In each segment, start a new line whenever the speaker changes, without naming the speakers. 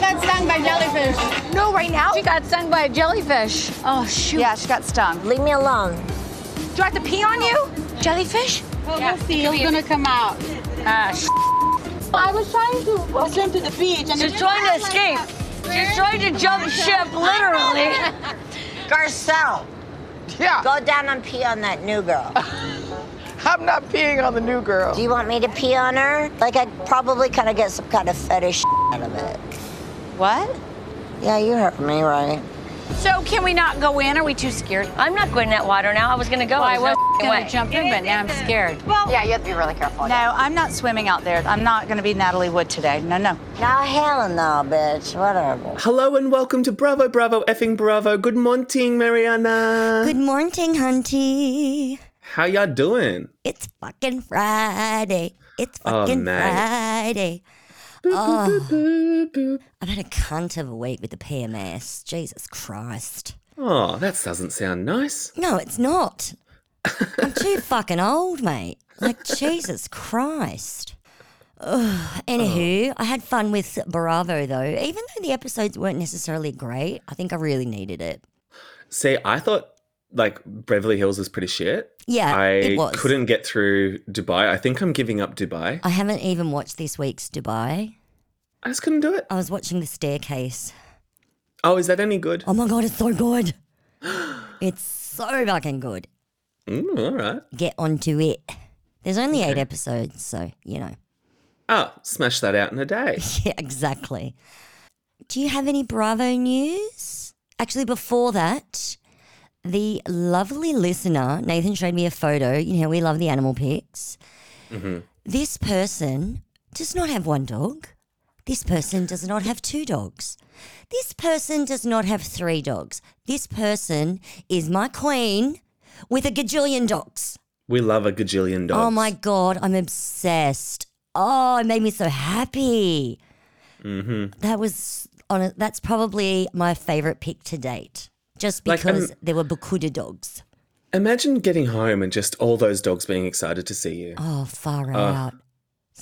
by jellyfish.
No, right now?
She got stung by a jellyfish. Oh, shoot.
Yeah, she got stung.
Leave me alone.
Do I have to pee on you? Jellyfish?
Oh, yeah. Seal's gonna come out. Ah, sh-
I was trying to swim to the beach and
She's trying to escape. She's trying to jump ship, literally.
Garcelle,
Yeah,
go down and pee on that new girl.
I'm not peeing on the new girl.
Do you want me to pee on her? Like, I probably kind of get some kind of fetish out of it.
What?
Yeah, you heard me right.
So can we not go in? Are we too scared?
I'm not going in that water now. I was gonna go. I was gonna jump in, but now I'm scared.
Yeah, you have to be really careful. No, I'm not swimming out there. I'm not going to be Natalie Wood today. No, no.
Now, hell no, bitch. Whatever.
Hello and welcome to Bravo, Bravo, effing Bravo. Good morning, Mariana.
Good morning, hunty.
How y'all doing?
It's fucking Friday. It's
Oh,
fucking
man.
Friday. oh, I've had a cunt of a week with the PMS. Jesus Christ.
Oh, that doesn't sound nice.
No, it's not. I'm too fucking old, mate. Like, Jesus Christ. Ugh. Anywho, I had fun with Bravo, though. Even though the episodes weren't necessarily great, I think I really needed it.
See, I thought like Beverly Hills was pretty shit.
Yeah,
I
it was.
couldn't get through Dubai. I think I'm giving up Dubai.
I haven't even watched this week's Dubai.
I just couldn't do it.
I was watching The Staircase.
Oh, is that any good?
Oh my god, it's so good. It's so fucking good.
Mm, all right.
Get onto it. There's only eight episodes, so you know.
Oh, smash that out in a day.
Yeah, exactly. Do you have any Bravo news? Actually, before that, the lovely listener, Nathan showed me a photo. You know, we love the animal pics. This person does not have one dog. This person does not have two dogs. This person does not have three dogs. This person is my queen with a gajillion dogs.
We love a gajillion dogs.
Oh my god, I'm obsessed. Oh, it made me so happy. Mm-hmm. That was on. A, that's probably my favorite pick to date, just
Like, um,
because there were Bakuda dogs.
Imagine getting home and just all those dogs being excited to see you.
Oh, far out.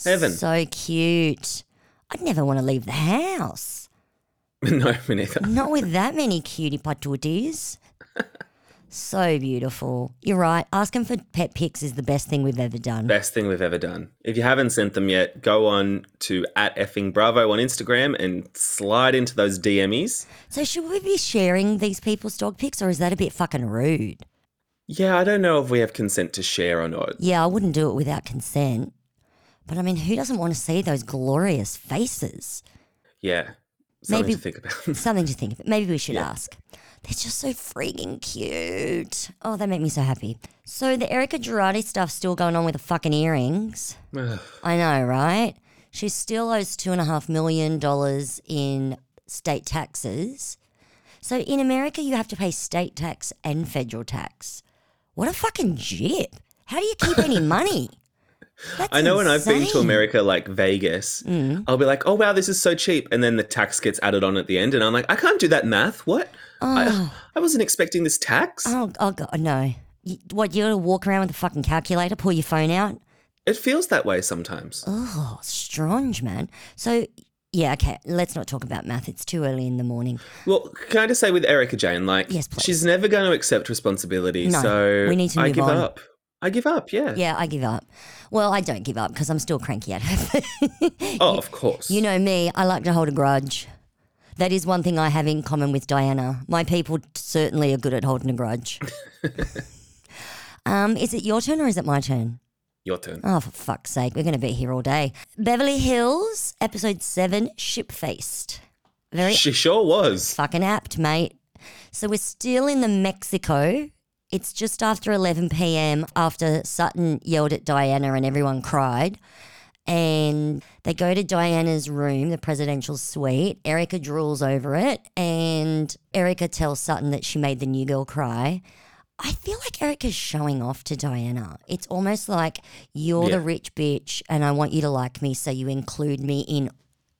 heaven.
So cute. I'd never want to leave the house.
no, me neither.
Not with that many cutie patooties. So beautiful. You're right. Asking for pet pics is the best thing we've ever done.
Best thing we've ever done. If you haven't sent them yet, go on to at effing bravo on Instagram and slide into those DMEs.
So should we be sharing these people's dog pics, or is that a bit fucking rude?
Yeah, I don't know if we have consent to share or not.
Yeah, I wouldn't do it without consent. But I mean, who doesn't want to see those glorious faces?
Yeah, something
Maybe-
to think about.
Something to think of. Maybe we should ask. They're just so freaking cute. Oh, they make me so happy. So the Erica Girardi stuff's still going on with the fucking earrings.
Ugh.
I know, right? She still owes two and a half million dollars in state taxes. So in America, you have to pay state tax and federal tax. What a fucking jip! How do you keep any money? That's
I know when I've been to
insane. Mm.
America, like Vegas, I'll be like, oh, wow, this is so cheap. And then the tax gets added on at the end. And I'm like, I can't do that math. What? I, I wasn't expecting this tax.
Oh, oh god, no! You, what you got to walk around with a fucking calculator, pull your phone out?
It feels that way sometimes.
Oh, strange, man. So yeah, okay. Let's not talk about math. It's too early in the morning.
Well, can I just say with Erica Jane, like,
Yes, please.
she's never going to accept responsibility.
No,
so
we need to
I
move
give
on.
up. I give up, yeah.
Yeah, I give up. Well, I don't give up because I'm still cranky at her.
Oh, of course.
You know me, I like to hold a grudge. That is one thing I have in common with Diana. My people certainly are good at holding a grudge. um, is it your turn or is it my turn?
Your turn.
Oh, for fuck's sake, we're going to be here all day. Beverly Hills, episode seven, ship faced. Very
She sure was.
fucking apt, mate. So we're still in the Mexico. It's just after 11 p.m. after Sutton yelled at Diana and everyone cried. And they go to Diana's room, the presidential suite. Erica drools over it. And Erica tells Sutton that she made the new girl cry. I feel like Erica's showing off to Diana. It's almost like you're
Yeah.
the rich bitch and I want you to like me, so you include me in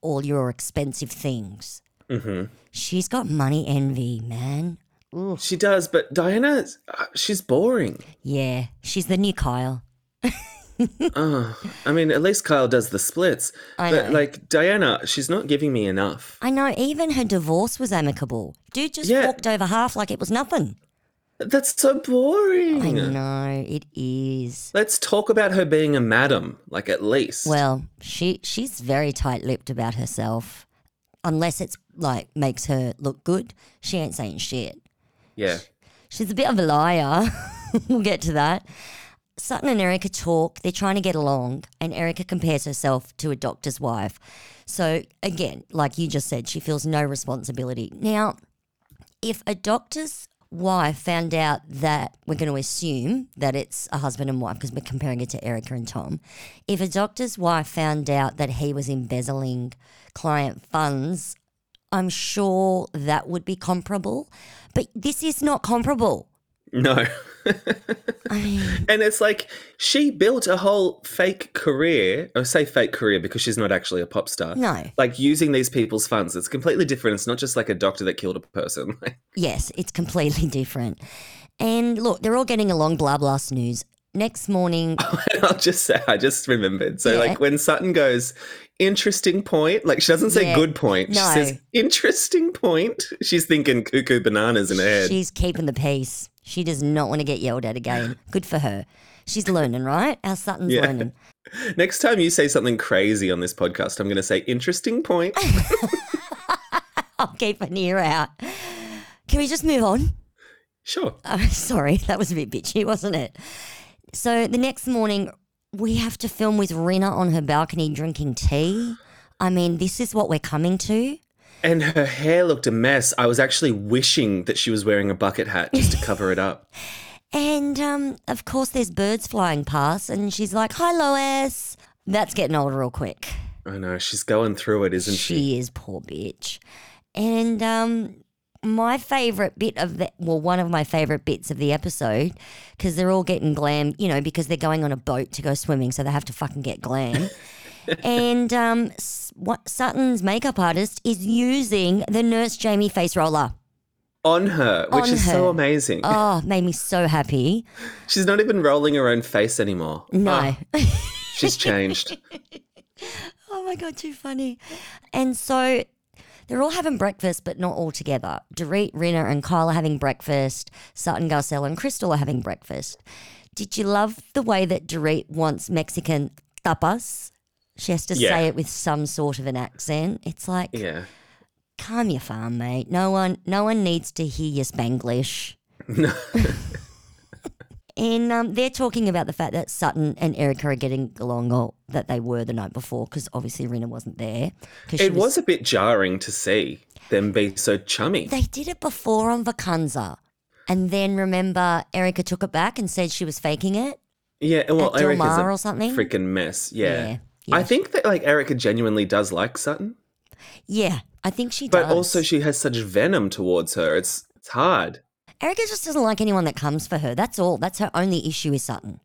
all your expensive things.
Mm-hmm.
She's got money envy, man.
She does, but Diana, she's uh, boring.
Yeah, she's the new Kyle.
I mean, at least Kyle does the splits.
I
but
know.
like Diana, she's not giving me enough.
I know, even her divorce was amicable. Dude just
Yeah.
walked over half like it was nothing.
That's so boring.
I know, it is.
Let's talk about her being a madam, like at least.
Well, she she's very tight-lipped about herself. Unless it's like makes her look good, she ain't saying shit.
yeah.
She's a bit of a liar. we'll get to that. Sutton and Erica talk. They're trying to get along, and Erica compares herself to a doctor's wife. So, again, like you just said, she feels no responsibility. Now, if a doctor's wife found out that we're going to assume that it's a husband and wife because we're comparing it to Erica and Tom, if a doctor's wife found out that he was embezzling client funds I'm sure that would be comparable, but this is not comparable.
No. and it's like she built a whole fake career, or say fake career because she's not actually a pop star.
No.
Like using these people's funds. It's completely different. It's not just like a doctor that killed a person. Like,
Yes, it's completely different. And look, they're all getting along, blah, blah, snooze. Next morning,
I'll just say, I just remembered. So,
Yeah.
like, when Sutton goes, interesting point, like, she doesn't say
Yeah.
good point. She
No.
says, interesting point. She's thinking cuckoo bananas in her head.
she's keeping the peace. She does not want to get yelled at again. Good for her. She's learning, right? Our Sutton's
Yeah.
learning.
Next time you say something crazy on this podcast, I'm going to say, interesting point.
I'll keep an ear out. Can we just move on?
sure.
Oh, sorry, that was a bit bitchy, wasn't it? So the next morning, we have to film with Rena on her balcony drinking tea. I mean, this is what we're coming to.
And her hair looked a mess. I was actually wishing that she was wearing a bucket hat just to cover it up.
And um, of course, there's birds flying past, and she's like, Hi, Lois. That's getting old real quick.
I know, she's going through it, isn't she?
She is poor bitch. And um, my favorite bit of the well, one of my favorite bits of the episode because they're all getting glam, you know, because they're going on a boat to go swimming, so they have to fucking get glam. and um, S- what, Sutton's makeup artist is using the Nurse Jamie face roller.
On her, which
On
is so
her.
amazing.
Oh, made me so happy.
She's not even rolling her own face anymore.
No.
Oh, she's changed.
Oh my god, too funny. And so they're all having breakfast, but not all together. Dorit, Rena, and Kyle are having breakfast. Sutton, Garcelle, and Crystal are having breakfast. Did you love the way that Dorit wants Mexican tapas? She has to
Yeah.
say it with some sort of an accent. It's like,
Yeah.
calm your farm, mate. No one, no one needs to hear your Spanglish. and um, they're talking about the fact that Sutton and Erica are getting along, or that they were the night before, because obviously Rena wasn't there. 'cause she
It was a bit jarring to see them be so chummy.
They did it before on Vacanza, and then remember Erica took it back and said she was faking it.
Yeah, well,
At
Erica's a
Dilmar or something?
freaking mess. Yeah.
Yeah,
I
yeah.
think that like Erica genuinely does like Sutton,
Yeah, I think she
but
does.
also she has such venom towards her. It's it's hard.
Erica just doesn't like anyone that comes for her. That's all. That's her only issue with Sutton.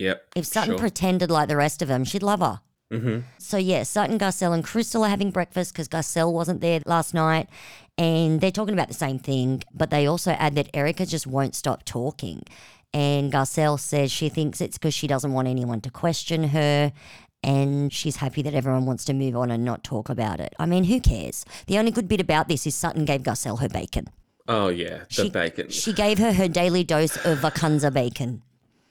Yep.
If Sutton
sure.
pretended like the rest of them, she'd love her.
Mhm.
So yeah, Sutton, Garcelle, and Crystal are having breakfast because Garcelle wasn't there last night, and they're talking about the same thing. But they also add that Erica just won't stop talking, and Garcelle says she thinks it's because she doesn't want anyone to question her, and she's happy that everyone wants to move on and not talk about it. I mean, who cares? The only good bit about this is Sutton gave Garcelle her bacon.
Oh yeah, the bacon.
She gave her her daily dose of Vacanza bacon.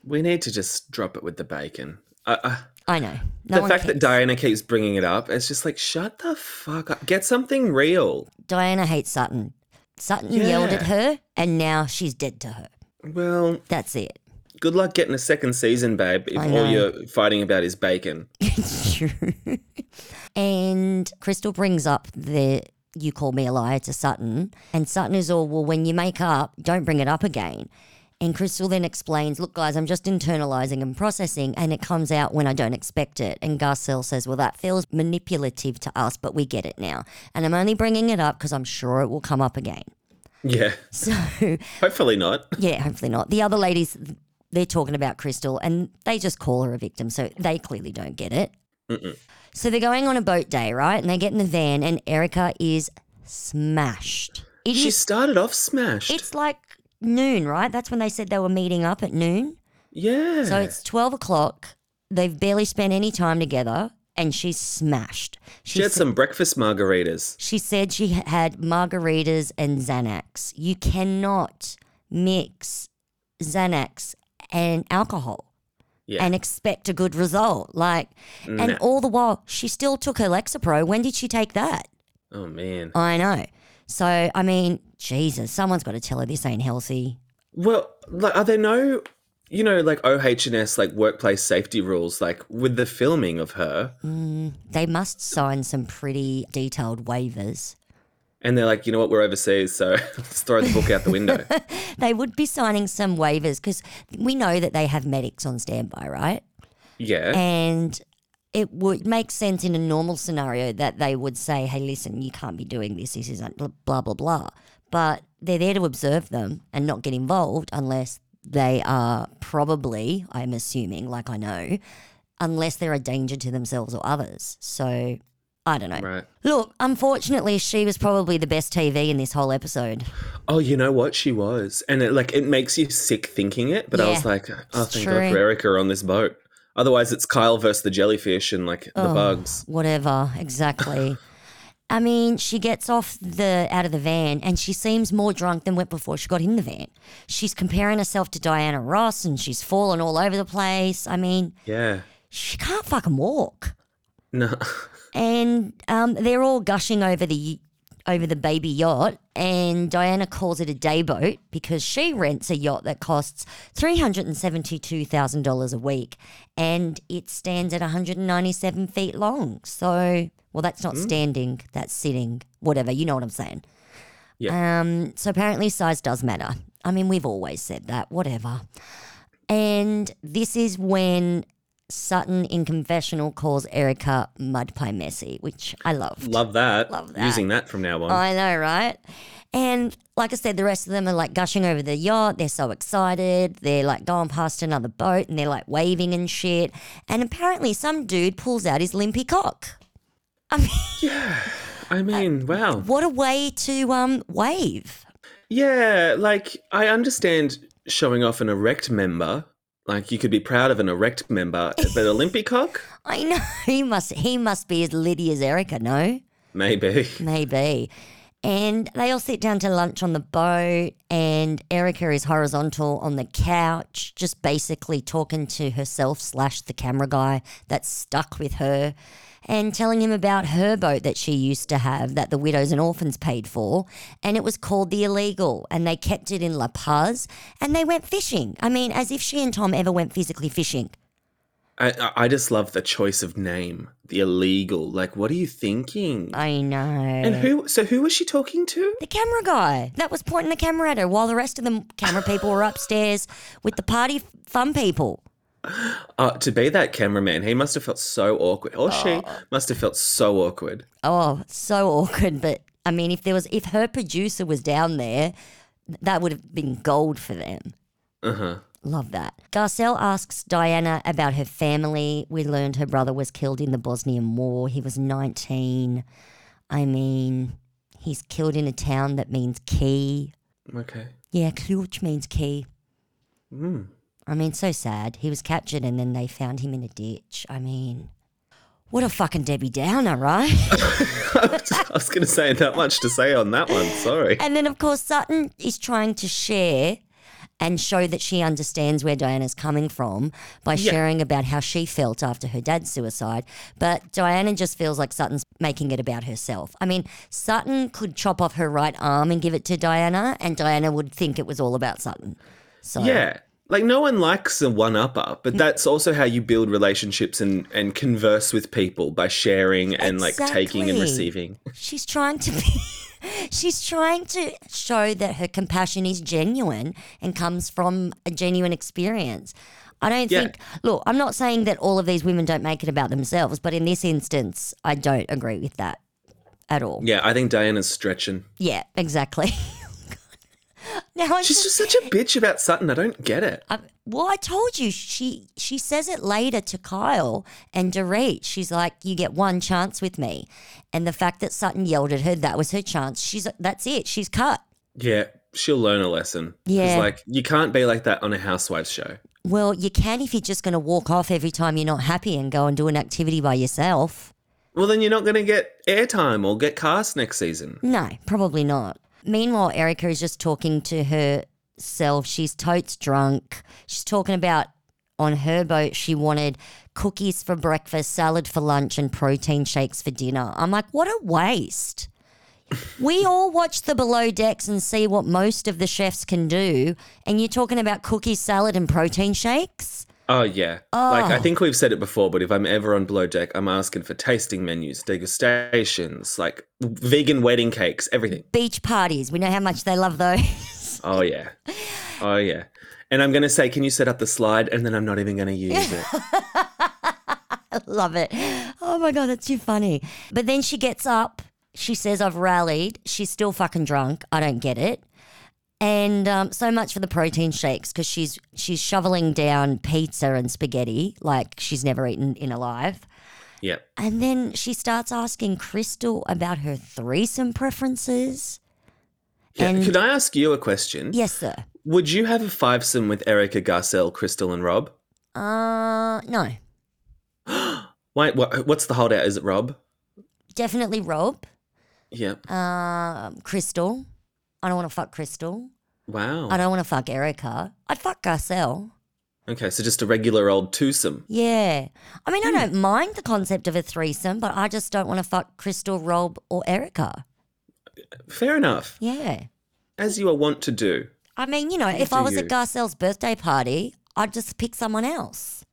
We need to just drop it with the bacon. Uh, uh,
I know. No
the
one
fact that
cares.
Diana keeps bringing it up, it's just like, shut the fuck up. Get something real.
Diana hates Sutton. Sutton yelled at
Yeah.
her, and now she's dead to her.
Well,
That's it.
good luck getting a second season, babe, if
I
all
know.
you're fighting about is bacon.
and Crystal brings up the you call me a liar to Sutton, and Sutton is all, well, when you make up, don't bring it up again. And Crystal then explains, look, guys, I'm just internalizing and processing, and it comes out when I don't expect it. And Garcelle says, well, that feels manipulative to us, but we get it now. And I'm only bringing it up because I'm sure it will come up again.
Yeah.
So
Hopefully not.
Yeah, hopefully not. The other ladies, they're talking about Crystal and they just call her a victim. So they clearly don't get it. So they're going on a boat day, right? And they get in the van and Erica is smashed. It
She
is,
started off smashed.
it's like noon, right? That's when they said they were meeting up at noon.
yeah.
So it's 12 o'clock They've barely spent any time together, and she's smashed.
She had
sa-
some breakfast margaritas.
She said she had margaritas and Xanax. You cannot mix Xanax and alcohol
Yeah.
and expect a good result. Like, and
Nah.
all the while, she still took her Lexapro. When did she take that?
oh man.
I know. So, I mean, Jesus, someone's got to tell her this ain't healthy.
Well, like, are there no, you know, like OHS like workplace safety rules like with the filming of her?
They must sign some pretty detailed waivers.
And they're like, you know what, we're overseas, so let's throw the book out the window.
They would be signing some waivers because we know that they have medics on standby, right?
yeah.
And it would make sense in a normal scenario that they would say, hey, listen, you can't be doing this. This isn't bl- blah, blah, blah. But they're there to observe them and not get involved unless they are probably, I'm assuming, like I know, unless they're a danger to themselves or others. So I don't know.
Right.
Look, unfortunately, she was probably the best TV in this whole episode.
Oh, you know what? She was. And it like it makes you sick thinking it, but I was
Yeah.
like, oh
It's
thank
true.
God for Erica on this boat. Otherwise it's Kyle versus the jellyfish and like
Oh.
the bugs.
whatever exactly i mean she gets off the out of the van and she seems more drunk than went before she got in the van she's comparing herself to diana ross and she's fallen all over the place i mean
Yeah.
she can't fucking walk
No.
and um, they're all gushing over the over the baby yacht and diana calls it a day boat because she rents a yacht that costs $372000 a week and it stands at 197 feet long so well that's not standing that's sitting whatever you know what i'm saying
Yeah.
um, so apparently size does matter i mean we've always said that whatever and this is when Sutton in confessional calls Erica mud pie messy, which I loved.
Love that.
Love that. Oh,
Using that from now on.
I know, right? And like I said, the rest of them are like gushing over the yacht. They're so excited. They're like going past another boat and they're like waving and shit. And apparently, some dude pulls out his limpy cock.
I mean, wow.
What a way to um wave.
Yeah, like I understand showing off an erect member. Like you could be proud of an erect member, but Olympic cock?
I know he must he must be as litty as Erica. No.
Maybe.
Maybe. And they all sit down to lunch on the boat, and Erica is horizontal on the couch, just basically talking to herself slash the camera guy that's stuck with her, and telling him about her boat that she used to have that the widows and orphans paid for, and it was called the Illegal, and they kept it in La Paz, and they went fishing. I mean, as if she and Tom ever went physically fishing.
I- I, I just love the choice of name. The illegal. Like what are you thinking?
I know.
and who so who was she talking to?
The camera guy that was pointing the camera at her while the rest of the camera people were upstairs with the party f- fun people.
Uh, to be that cameraman, he must have felt so awkward. Or she must have felt so awkward.
Oh, so awkward. But I mean, if there was, if her producer was down there, th- that would have been gold for them.
Uh-huh.
Love that. Garcelle asks Diana about her family. We learned her brother was killed in the Bosnian War. He was 19. I mean, he's killed in a town that means key.
Okay.
Yeah, ključ means key. I mean, so sad. He was captured and then they found him in a ditch. I mean, what a fucking Debbie Downer, right?
I was gonna say not much to say on that one, sorry.
and then, of course, Sutton is trying to share and show that she understands where Diana's coming from by sharing about how she felt after her dad's suicide. But Diana just feels like Sutton's making it about herself. I mean, Sutton could chop off her right arm and give it to Diana, and Diana would think it was all about Sutton. So,
Yeah. Like no one likes a one upper, but that's also how you build relationships and, and converse with people by sharing and like taking and
Exactly.
receiving.
She's trying to be. She's trying to show that her compassion is genuine and comes from a genuine experience. I don't
Yeah.
think. Look, I'm not saying that all of these women don't make it about themselves, but in this instance, I don't agree with that at all.
Yeah, I think Diana's stretching.
Yeah, exactly. now I'm
She's
just-
just such a bitch about Sutton. I don't get it.
I, well, I told you she she says it later to Kyle and Dorit. She's like, "You get one chance with me," and the fact that Sutton yelled at her that was her chance. She's that's it. She's cut.
Yeah, she'll learn a lesson. 'Cause,
Yeah.
like you can't be like that on a housewives show.
Well, you can if you're just going to walk off every time you're not happy and go and do an activity by yourself.
Well, then you're not going to get airtime or get cast next season.
No, probably not. Meanwhile, Erica is just talking to herself. She's totes drunk. She's talking about on her boat, she wanted cookies for breakfast, salad for lunch, and protein shakes for dinner. I'm like, what a waste. we all watch the below decks and see what most of the chefs can do. And you're talking about cookies, salad, and protein shakes?
Oh yeah. Like I think we've said it before, but if I'm ever on Below Deck, I'm asking for tasting menus, degustations, like vegan wedding cakes, everything.
Beach parties. We know how much they love those.
Oh yeah. Oh yeah. And I'm gonna say, can you set up the slide? And then I'm not even gonna use it.
Love it. Oh my God, that's too funny. But then she gets up. She says, I've rallied. She's still fucking drunk. I don't get it. And um, so much for the protein shakes because she's she's shoveling down pizza and spaghetti like she's never eaten in her life.
Yep.
And then she starts asking Crystal about her threesome preferences.
Yeah.
And-
Can I ask you a question?
Yes, sir.
Would you have a fivesome with Erica, Garcelle, Crystal, and Rob?
Uh, no,
Why? What, what's the holdout? Is it Rob?
definitely Rob.
Yeah.
Um, Crystal. I don't want to fuck Crystal. I
wow.
don't want to fuck Erica. I'd fuck Garcelle.
Okay, so just a regular old twosome.
Yeah. I
Hmm.
mean, I don't mind the concept of a threesome, but I just don't want to fuck Crystal, Rob, or Erica.
Fair enough.
Yeah.
As you are wont to do.
I mean, you know, if I
do
was
you.
at Garcelle's birthday party, I'd just pick someone else.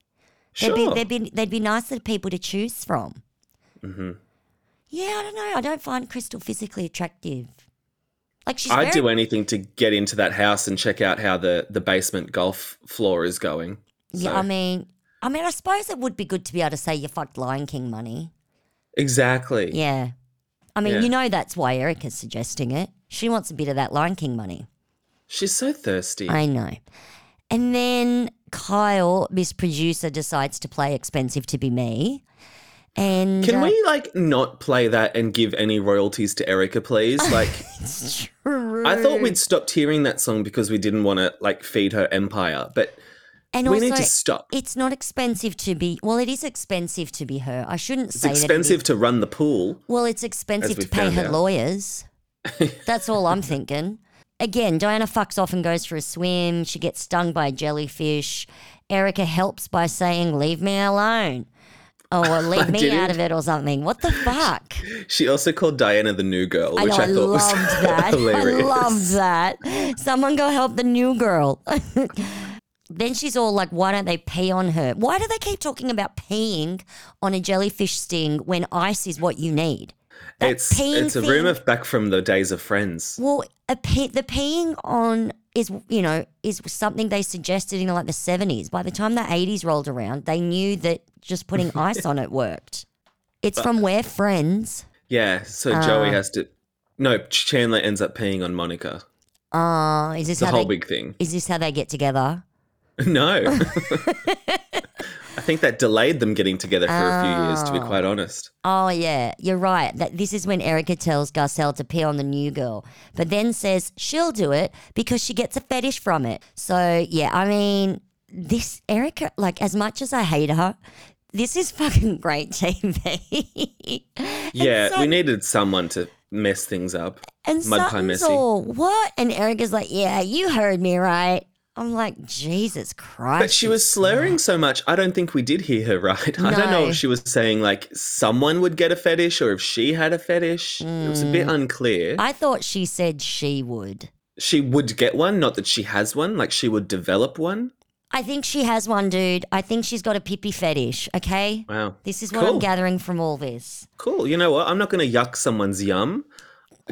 They'd,
Sure.
be, they'd, be, they'd be nicer people to choose from. Mm-hmm. Yeah, I don't know. I don't find Crystal physically attractive. Like, she's very
I'd do anything to get into that house and check out how the, the basement golf floor is going.
Yeah,
So-
I mean, I mean, I suppose it would be good to be able to say you fucked Lion King money.
Exactly.
Yeah, I mean,
Yeah.
you know that's why Erica's suggesting it. She wants a bit of that Lion King money.
She's so thirsty.
I know. And then Kyle, Miss Producer, decides to play expensive to be me. And
Can
uh,
we like not play that and give any royalties to Erica, please? Like,
It's true.
I thought we'd stopped hearing that song because we didn't want to like feed her empire, but
And
we
also,
need to stop.
it's not expensive to be. Well, it is expensive to be her. I shouldn't
It's
say
expensive
That it
to run the pool.
is. Well, it's expensive
we
to pay
found
her
out.
lawyers. That's all I'm thinking. Again, Diana fucks off and goes for a swim. She gets stung by a jellyfish. Erica helps by saying, Leave me alone. Oh, or leave me
didn't.
out of it or something. What the fuck?
She also called Diana the new girl,
I
which
know,
I,
I,
thought was
loved that. I
hilarious.
loved that. Someone go help the new girl. then she's all like, Why don't they pee on her? Why do they keep talking about peeing on a jellyfish sting when ice is what you need? That
it's
peeing
it's a
thing-
rumor back from the days of Friends.
Well, a pe- the peeing on is you know is something they suggested in like the seventies. By the time the eighties rolled around, they knew that just putting ice on it worked. It's from where friends.
Yeah, so Joey has to. No, Chandler ends up peeing on Monica.
Uh, is this
It's a
how
whole
they,
big thing.
is this how they get together?
No. I think that delayed them getting together for a few years, to be quite honest.
Oh yeah, you're right. That this is when Erica tells Garcelle to pee on the new girl, but then says she'll do it because she gets a fetish from it. So yeah, I mean, this Erica, like as much as I hate her, this is fucking great TV.
Yeah,
so-
we needed someone to mess things up.
and
Mud Pie
Sutton's
Messy.
all what? And Erica's like, yeah, you heard me right. I'm like, Jesus Christ.
But she was slurring so much, I don't think we did hear her right. I don't know
No.
if she was saying like someone would get a fetish or if she had a fetish. It was a bit unclear.
Hmm. I thought she said she would.
she would get one, not that she has one, like she would develop one.
I think she has one, dude. I think she's got a pippy fetish. Okay.
Wow.
This is what I'm
Cool.
gathering from all this.
Cool. You know what? I'm not going to yuck someone's yum.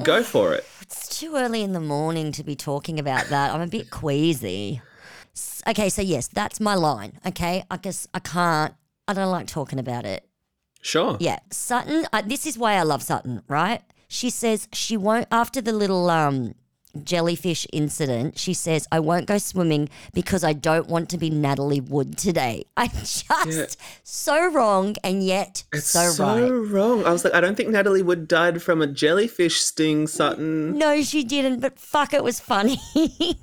Go for it.
It's too early in the morning to be talking about that. I'm a bit queasy. S- Okay, so yes, that's my line. Okay, I guess I can't. I don't like talking about it.
Sure.
Yeah, Sutton. Uh, this is why I love Sutton, right? She says she won't after the little um jellyfish incident. She says I won't go swimming because I don't want to be Natalie Wood today. I just so wrong and yet so, right.
wrong. I was like, I don't think Natalie Wood died from a jellyfish sting, Sutton.
No, she didn't, but fuck, it was funny.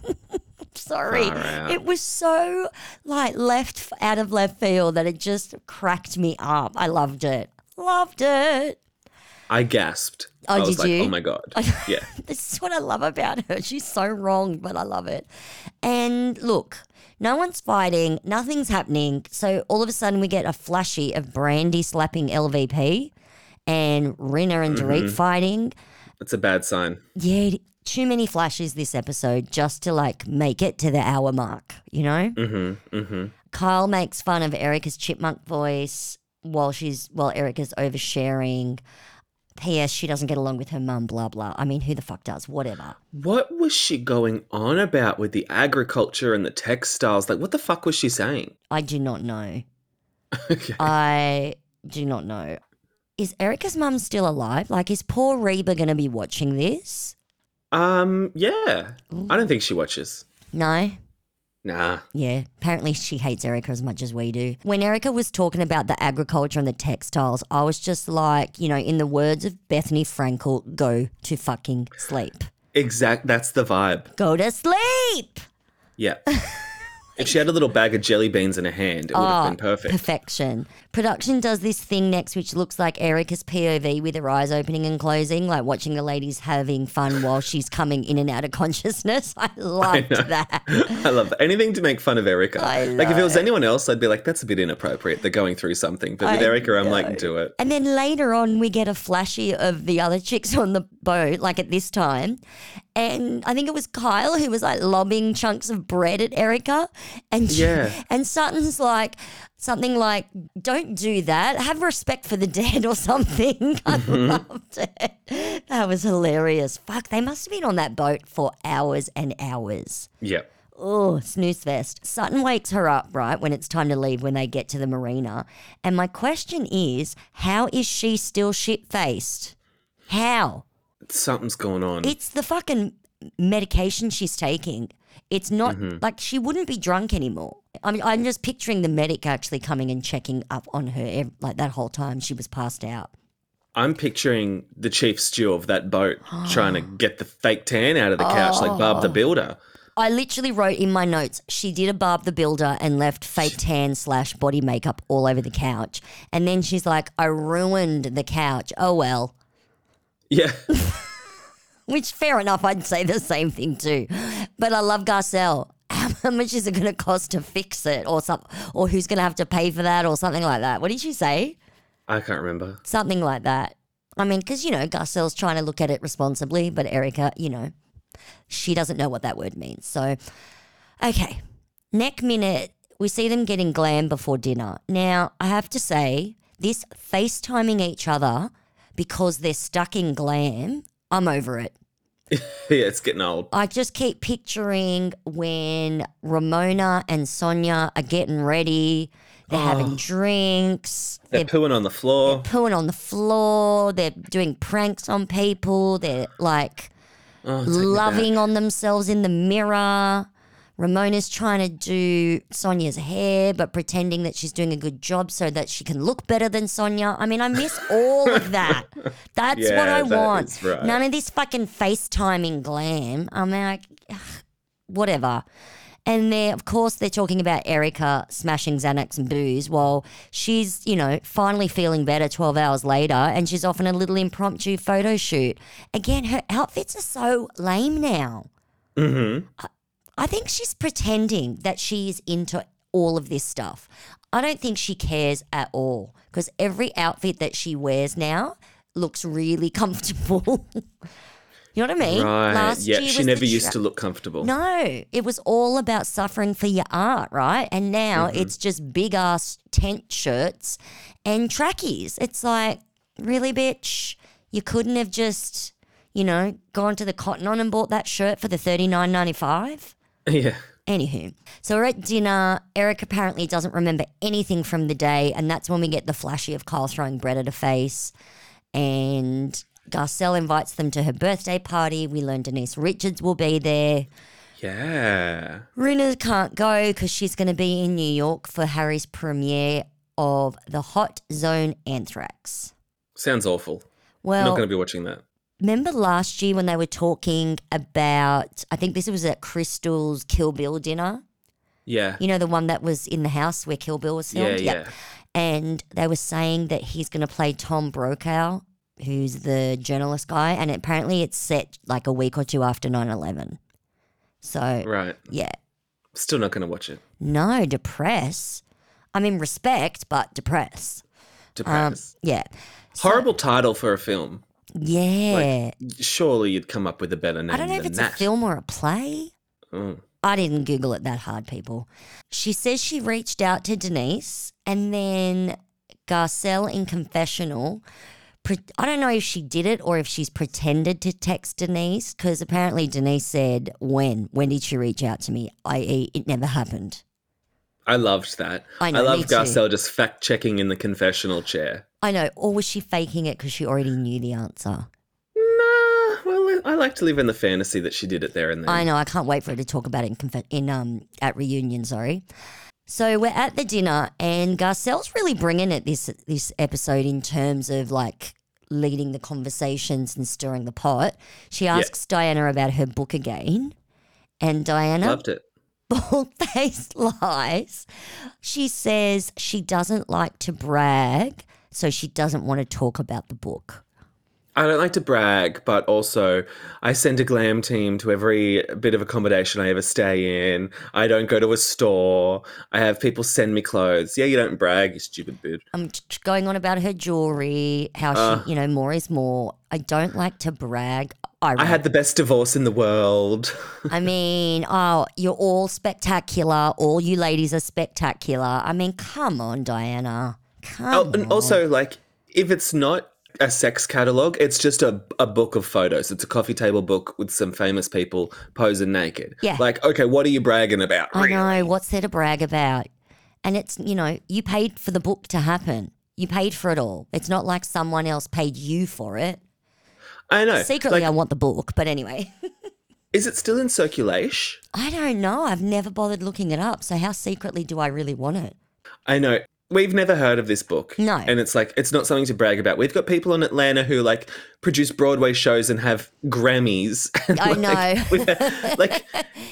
Sorry.
Far out.
It was so like left out of left field that it just cracked me up. I loved it. Loved it.
I gasped.
Oh,
I was
did
like,
you?
oh my God. yeah.
This is what I love about her. She's so wrong, but I love it. And look, no one's fighting, nothing's happening. So all of a sudden, we get a flashy of Brandy slapping LVP and Rina and Dorit
Mm-hmm.
fighting.
That's a bad sign.
Yeah, too many flashes this episode just to like make it to the hour mark, you know?
Mm-hmm. Mm-hmm.
Kyle makes fun of Erica's chipmunk voice while she's while Erica's oversharing. P.S. She doesn't get along with her mum. Blah blah. I mean, who the fuck does? Whatever.
What was she going on about with the agriculture and the textiles? Like, what the fuck was she saying?
I do not know.
Okay.
I do not know. Is Erica's mum still alive? Like, is poor Reba gonna be watching this?
Um, yeah. I don't think she watches.
No.
Nah.
Yeah, apparently she hates Erica as much as we do. When Erica was talking about the agriculture and the textiles, I was just like, you know, in the words of Bethany Frankel, go to fucking sleep.
Exact. That's the vibe.
Go to sleep!
Yeah. if she had a little bag of jelly beans in her hand, it would
Ah,
have been perfect.
Perfection. Production does this thing next, which looks like Erica's POV with her eyes opening and closing, like watching the ladies having fun while she's coming in and out of consciousness. I loved that.
I love that. anything to make fun of Erica.
I
like if it was anyone else, I'd be like, "That's a bit inappropriate." They're going through something, but with
I
Erica, I'm like, "Do it."
And then later on, we get a flashy of the other chicks on the boat, like at this time. And I think it was Kyle who was like lobbing chunks of bread at Erica. And she-
Yeah.
and Sutton's like, something like, don't do that. Have respect for the dead or something. I
Mm-hmm.
loved it. That was hilarious. Fuck, they must have been on that boat for hours and hours.
Yeah.
Oh, snooze fest. Sutton wakes her up, right, when it's time to leave when they get to the marina. And my question is, how is she still shit faced? How?
Something's going on.
It's the fucking medication she's taking. It's not like she wouldn't be drunk anymore. I mean, I'm just picturing the medic actually coming and checking up on her ev- like that whole time she was passed out.
I'm picturing the chief stew of that boat trying to get the fake tan out of the couch like Barb the
Oh.
Builder.
I literally wrote in my notes, she did a Barb the Builder and left fake tan slash body makeup all over the couch. And then she's like, I ruined the couch. Oh, well.
Yeah.
Which, fair enough, I'd say the same thing too. But I love Garcelle. How much is it going to cost to fix it or something? Or who's going to have to pay for that or something like that? What did she say?
I can't remember.
Something like that. I mean, because, you know, Garcelle's trying to look at it responsibly, but Erica, you know, she doesn't know what that word means. So, okay. Neck minute, we see them getting glam before dinner. Now, I have to say, this FaceTiming each other because they're stuck in glam, I'm over it.
yeah, it's getting old.
I just keep picturing when Ramona and Sonia are getting ready, they're having drinks,
They're
they're
pooing on the floor.
pooing on the floor, they're doing pranks on people, they're like
Oh, take me
loving
back.
on themselves in the mirror. Ramona's trying to do Sonia's hair, but pretending that she's doing a good job so that she can look better than Sonia. I mean, I miss all of that. That's what
Yeah,
I
that
want.
is right.
None of this fucking FaceTiming glam. I mean, like, ugh, whatever. And they, of course, they're talking about Erica smashing Xanax and booze while she's, you know, finally feeling better 12 hours later and she's off on a little impromptu photo shoot. Again, her outfits are so lame now.
Mm-hmm.
I think she's pretending that she is into all of this stuff. I don't think she cares at all because every outfit that she wears now looks really comfortable. you know what I mean?
Right. yeah,
year
she
was
never
the
used
tra-
to look comfortable.
No, it was all about suffering for your art, right? And now it's just big ass tent shirts and trackies. It's like, really, bitch? You couldn't have just, you know, gone to the cotton on and bought that shirt for the thirty nine ninety five?
Yeah.
Anywho, so we're at dinner. Eric apparently doesn't remember anything from the day, and that's when we get the flashy of Kyle throwing bread at her face. And Garcelle invites them to her birthday party. We learn Denise Richards will be there.
Yeah.
Rina can't go because she's going to be in New York for Harry's premiere of The Hot Zone Anthrax.
Sounds awful.
Well,
Not going to be watching that.
Remember last year when they were talking about, I think this was at Crystal's Kill Bill dinner?
Yeah.
You know, the one that was in the house where Kill Bill was
yeah,
filmed?
yeah.
And they were saying that he's going to play Tom Brokaw, who's the journalist guy. And apparently it's set like a week or two after 9 11. So,
Right.
yeah.
Still not going to watch it.
No, depress. I mean, respect, but depress. Um,
Depressed.
yeah.
Horrible title for a film.
Yeah.
Surely you'd come up with a better name
I don't know if
than
it's
that.
a film or a play.
Oh.
I didn't Google it that hard, people. She says she reached out to Denise and then Garcelle in confessional. pre- I don't know if she did it or if she's pretended to text Denise because apparently Denise said, When? When did she reach out to me? I.e., it never happened.
I loved that.
I know,
love
me too.
Garcelle just fact checking in the confessional chair.
I know. Or was she faking it because she already knew the answer?
Nah, well, I like to live in the fantasy that she did it there and then.
I know. I can't wait for her to talk about it in, conf- in um at reunion. Sorry. So we're at the dinner, and Garcelle's really bringing it this this episode in terms of like leading the conversations and stirring the pot. She asks Diana about her book again, and Diana
Loved it.
bald faced lies. She says she doesn't like to brag, so she doesn't want to talk about the book.
I don't like to brag, but also I send a glam team to every bit of accommodation I ever stay in. I don't go to a store. I have people send me clothes. Yeah, you don't brag, you stupid bitch.
I'm t- t- going on about her jewelry, how
Uh.
she, you know, more is more. I don't like to brag. I,
I had the best divorce in the world.
I mean, oh, you're all spectacular. All you ladies are spectacular. I mean, come on, Diana. Come
Oh,
on.
and also, like, if it's not a sex catalog, it's just a, a book of photos. It's a coffee table book with some famous people posing naked.
Yeah.
Like, okay, what are you bragging about?
I know. What's there to brag about? And it's, you know, you paid for the book to happen. You paid for it all. It's not like someone else paid you for it.
I know.
Secretly,
Like,
I want the book, but anyway.
is it still in circulation?
I don't know. I've never bothered looking it up. So, how secretly do I really want it?
I know. We've never heard of this book.
No.
And it's like, it's not something to brag about. We've got people in Atlanta who like produce Broadway shows and have Grammys. And,
I
like,
know.
we've had- like,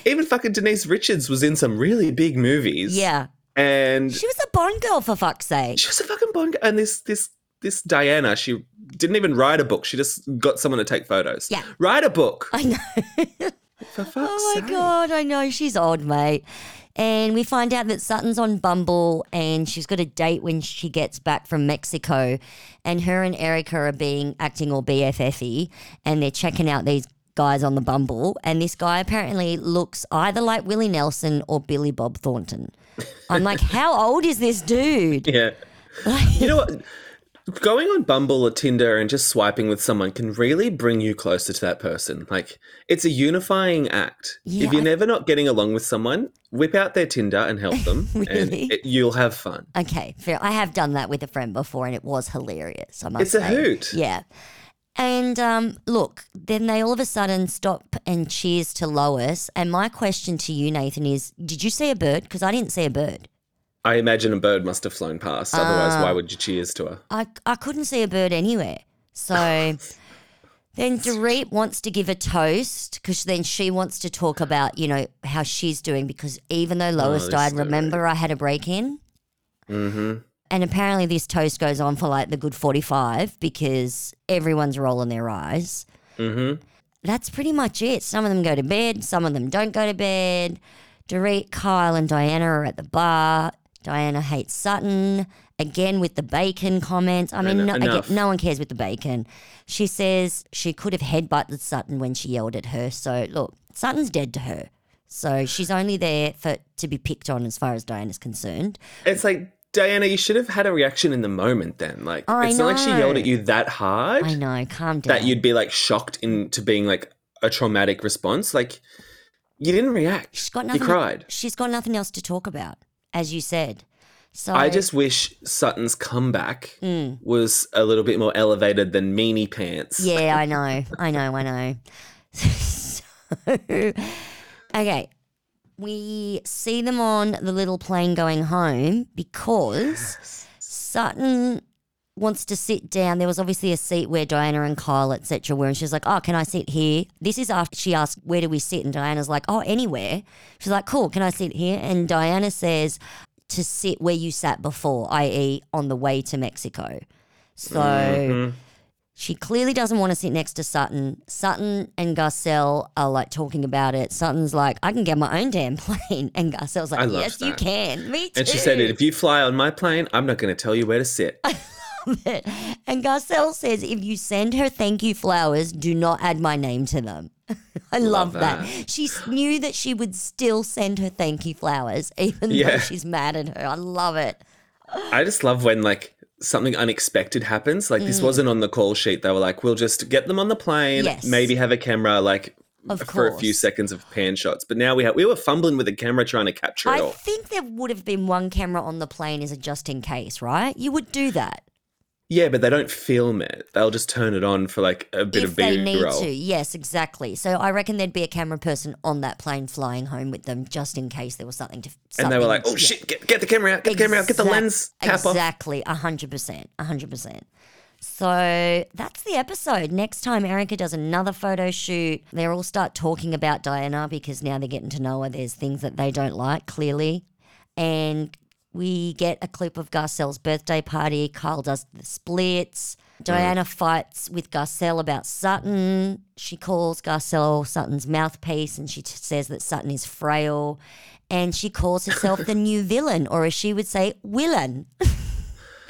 even fucking Denise Richards was in some really big movies.
Yeah.
And
She was a Bond girl, for fuck's sake.
she was a fucking Bond. And this this this Diana, she didn't even write a book. She just got someone to take photos.
Yeah.
write a book
I know.
for fuck's
Oh my
sake.
god, I know she's old, mate. And we find out that Sutton's on Bumble, and she's got a date when she gets back from Mexico, and her and Erica are being acting all BFFy, and they're checking out these guys on the Bumble, and this guy apparently looks either like Willie Nelson or Billy Bob Thornton. I'm like, how old is this dude?
Yeah, you know what? Going on Bumble or Tinder and just swiping with someone can really bring you closer to that person. Like, it's a unifying act.
Yeah,
if you're
I-
never not getting along with someone, whip out their Tinder and help them, and
Really?
it, you'll have fun.
Okay, fair. I have done that with a friend before, and it was hilarious. I must
It's a
say.
hoot.
Yeah. And um, look, then they all of a sudden stop and cheers to Lois. And my question to you, Nathan, is did you see a bird? Because I didn't see a bird.
I imagine a bird must have flown past. Otherwise,
Ah.
why would you cheers to her?
I, I couldn't see a bird anywhere. So then Dorit wants to give a toast because then she wants to talk about, you know, how she's doing because even though Lois
Oh, this
died,
is Dorit.
remember I had a break in?
Mm-hmm.
And apparently, this toast goes on for like the good 45 because everyone's rolling their eyes.
Mm-hmm.
That's pretty much it. Some of them go to bed, some of them don't go to bed. Dorit, Kyle, and Diana are at the bar. Diana hates Sutton again with the bacon comment. I mean,
En-
no, again,
enough.
no one cares with the bacon. She says she could have headbutted Sutton when she yelled at her. So, look, Sutton's dead to her. So she's only there for to be picked on as far as Diana's concerned.
It's like Diana, you should have had a reaction in the moment. Then, like,
Oh, I
it's not like she
know.
yelled at you that hard
I know, calm down.
that you'd be like shocked into being like a traumatic response. Like, you didn't react.
She's got nothing.
You cried.
She's got nothing else to talk about, as you said. So
I just wish Sutton's comeback
Mm.
was a little bit more elevated than meanie pants.
yeah, I know, I know, I know. so, okay, we see them on the little plane going home because Sutton wants to sit down. There was obviously a seat where Diana and Kyle, etc., were, and she's like, "Oh, can I sit here?" This is after she asked, "Where do we sit?" And Diana's like, "Oh, anywhere." She's like, "Cool, can I sit here?" And Diana says, "To sit where you sat before, i.e., on the way to Mexico." So.
Mm-hmm.
She clearly doesn't want to sit next to Sutton. Sutton and Garcelle are like talking about it. Sutton's like, I can get my own damn plane. And Garcelle's
I
like,
loved
Yes, you
that.
can. Me too.
And she said, if you fly on my plane, I'm not going to tell you where to sit.
it. And Garcelle says, if you send her thank you flowers, do not add my name to them. I love,
Love
that.
that.
She s- knew that she would still send her thank you flowers, even though
Yeah.
she's mad at her. I love it.
I just love when like something unexpected happens. Like this wasn't on the call sheet. They were like, we'll just get them on the plane,
Mm. Yes.
maybe have a camera like
Of
for a few
course.
seconds of pan shots. But now we have we were fumbling with the camera trying to capture it
I
all.
think there would have been one camera on the plane as a just in case, right? You would do that.
Yeah, but they don't film it. They'll just turn it on for like a bit
if
of
they
B
need to.
roll.
Yes, exactly. So I reckon there'd be a camera person on that plane flying home with them just in case there was something to.
And they were
something-
like, oh
yeah.
shit, get, get the camera out, get the camera out, get the
Exact-
lens cap off.
Exactly, a hundred percent, a hundred percent. So that's the episode. Next time Erica does another photo shoot, they all start talking about Diana because now they're getting to know her. There's things that they don't like, clearly. And we get a clip of Garcelle's birthday party. Kyle does the splits. Diana fights with Garcelle about Sutton. She calls Garcelle Sutton's mouthpiece and she t- says that Sutton is frail. And she calls herself the new villain, or as she would say, villain.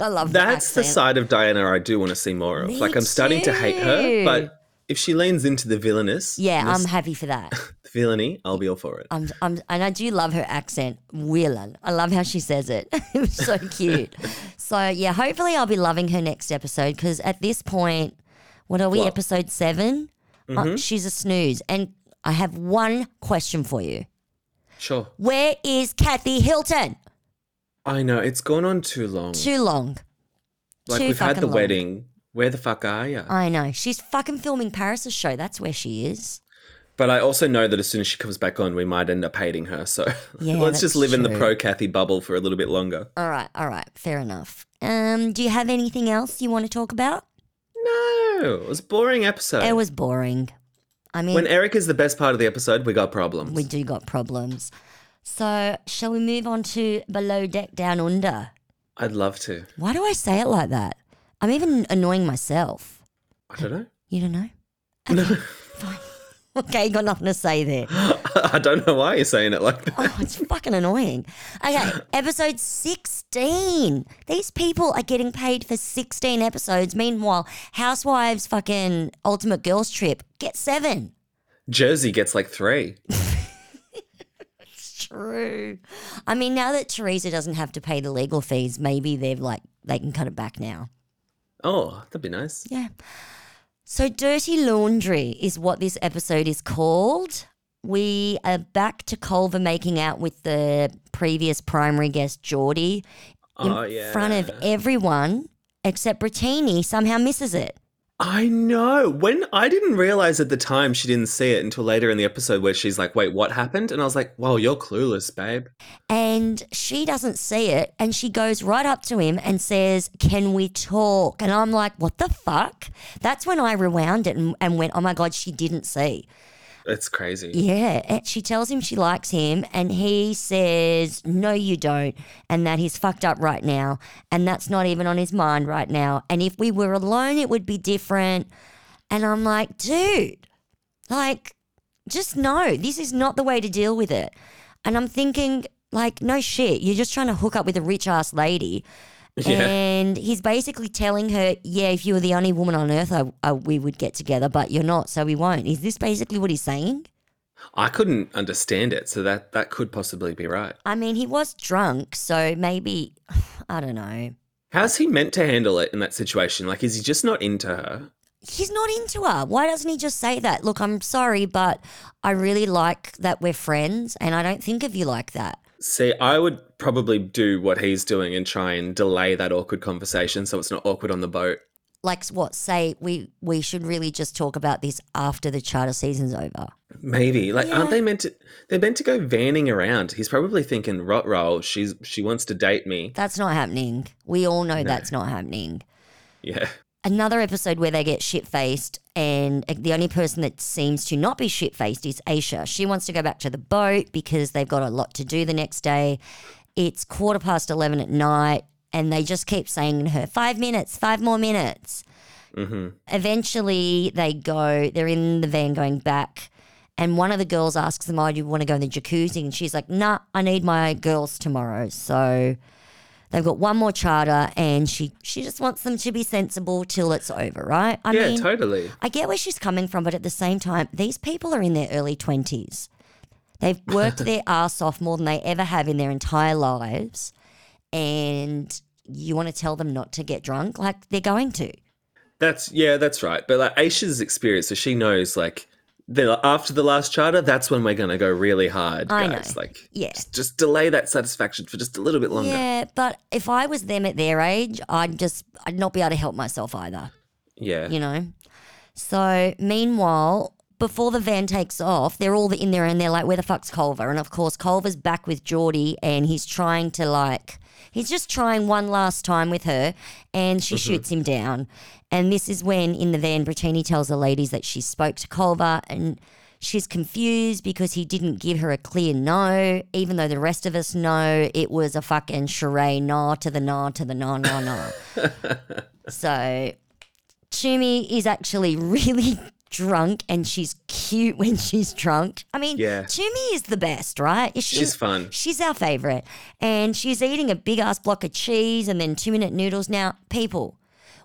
I love that.
That's the
accent.
side of Diana I do want to see more of.
Me
like I'm starting to hate
too.
her, but if she leans into the villainous,
Yeah, I'm happy for that.
the villainy, I'll be all for it.
I'm, I'm, and I do love her accent, Whelan. I love how she says it. it was so cute. so yeah, hopefully I'll be loving her next episode because at this point, what are we?
What? Mm-hmm.
Episode 7 Uh, she's a snooze. And I have one question for you.
Sure.
Where is Kathy Hilton?
I know it's gone on too long.
Too long.
like
too
we've had
fucking
the
long.
wedding. Where the fuck are you?
I know she's fucking filming Paris's show. That's where she is.
But I also know that as soon as she comes back on, we might end up hating her. So
Yeah,
let's
that's
just live in the
true.
pro Kathy bubble for a little bit longer.
All right, all right, fair enough. Um, do you have anything else you want to talk about?
No, it was a boring episode.
It was boring. I mean,
when Eric is the best part of the episode, we got problems.
we do got problems. So, shall we move on to below deck down under?
I'd love to.
Why do I say it like that? I'm even annoying myself.
I don't know.
You don't know? No. Fine. Okay, got nothing to say there.
I don't know why you're saying it like that.
Oh, it's fucking annoying. Okay, episode 16. These people are getting paid for 16 episodes. Meanwhile, Housewives fucking Ultimate Girls Trip get seven.
Jersey gets like three.
True. I mean, now that Teresa doesn't have to pay the legal fees, maybe they've like they can cut it back now.
Oh, that'd be nice.
Yeah. So, dirty laundry is what this episode is called. We are back to Culver making out with the previous primary guest, Geordie, in
Oh, yeah.
front of everyone except Brittini somehow misses it.
I know. When I didn't realize at the time she didn't see it until later in the episode where she's like, wait, what happened? And I was like, wow, you're clueless, babe.
And she doesn't see it. And she goes right up to him and says, Can we talk? And I'm like, What the fuck? That's when I rewound it and, and went, Oh my God, she didn't see.
It's crazy.
Yeah. And she tells him she likes him. And he says, No, you don't. And that he's fucked up right now. And that's not even on his mind right now. And if we were alone, it would be different. And I'm like, Dude, like, just know this is not the way to deal with it. And I'm thinking, like, no shit, you're just trying to hook up with a rich ass lady.
Yeah.
And he's basically telling her, yeah, if you were the only woman on earth, I, I, we would get together, but you're not, so we won't. Is this basically what he's saying?
I couldn't understand it, so that that could possibly be right.
I mean, he was drunk, so maybe, I don't know.
How's he meant to handle it in that situation? Like, is he just not into her?
He's not into her. Why doesn't he just say that? Look, I'm sorry, but I really like that we're friends, and I don't think of you like that.
See, I would probably do what he's doing and try and delay that awkward conversation so it's not awkward on the boat.
Like what? Say we we should really just talk about this after the charter season's over.
Maybe. Like, aren't they meant to they're meant to go vanning around? He's probably thinking, Rot roll, she's she wants to date me.
That's not happening. We all know that's not happening.
Yeah.
another episode where they get shit faced, and the only person that seems to not be shit faced is Aisha. She wants to go back to the boat because they've got a lot to do the next day. It's quarter past 11 at night, and they just keep saying to her, five minutes, five more minutes. Eventually, they go, they're in the van going back. And one of the girls asks them, Oh, do you want to go in the jacuzzi? And she's like, Nah, I need my girls tomorrow. So They've got one more charter, and she she just wants them to be sensible till it's over, right? I
yeah,
mean,
totally.
I get where she's coming from, but at the same time, these people are in their early twenties. They've worked their ass off more than they ever have in their entire lives, and you want to tell them not to get drunk, like they're going to.
That's yeah, that's right. But like Aisha's experience, so she knows like the, after the last charter, that's when we're gonna go really hard,
I
guys.
know.
Like
Yeah.
just, just delay that satisfaction for just a little bit longer. Yeah.
Yeah, but if I was them at their age, I'd just I'd not be able to help myself either. you know. So meanwhile, before the van takes off, they're all in there and they're like, "Where the fuck's Culver?" And of course, Culver's back with Geordie and he's trying to like, he's just trying one last time with her, and she shoots him down. And this is when in the van, Brittany tells the ladies that she spoke to Culver and. She's confused because he didn't give her a clear no, even though the rest of us know it was a fucking charade, nah to the nah to the nah, nah, nah. so Chumi is actually really drunk and she's cute when she's drunk. I mean,
Yeah.
Chumi is the best, right? Is she-
She's fun.
She's our favorite. And she's eating a big ass block of cheese and then two minute noodles. Now, people,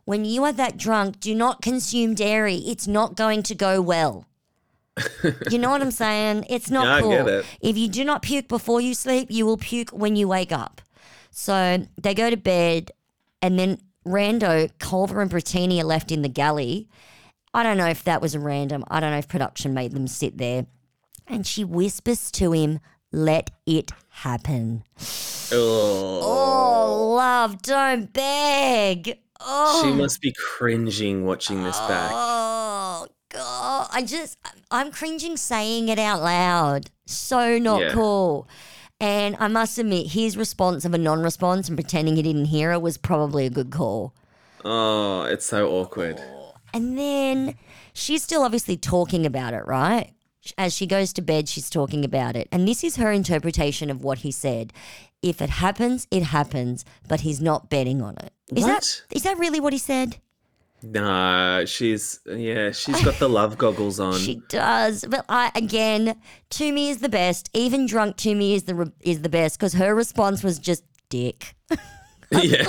when you are that drunk, do not consume dairy. It's not going to go well. you know what I'm saying? It's not
Yeah, I
cool.
get it.
If you do not puke before you sleep, you will puke when you wake up. So they go to bed, and then Rando, Culver, and Brittini are left in the galley. I don't know if that was random. I don't know if production made them sit there. And she whispers to him, Let it happen.
Oh,
Oh, love, don't beg. Oh,
she must be cringing watching this back.
Oh god, I just I'm cringing saying it out loud. So not
Yeah.
cool. And I must admit, his response of a non-response and pretending he didn't hear her was probably a good call.
Oh, it's so awkward.
And then she's still obviously talking about it, right? As she goes to bed, she's talking about it. And this is her interpretation of what he said. If it happens, it happens, but he's not betting on it. Is that
What?
is that really what he said?
Nah, she's yeah, she's got the love goggles on.
She does, but I again, Toomey is the best. Even drunk Toomey is the re- is the best because her response was just dick.
yeah.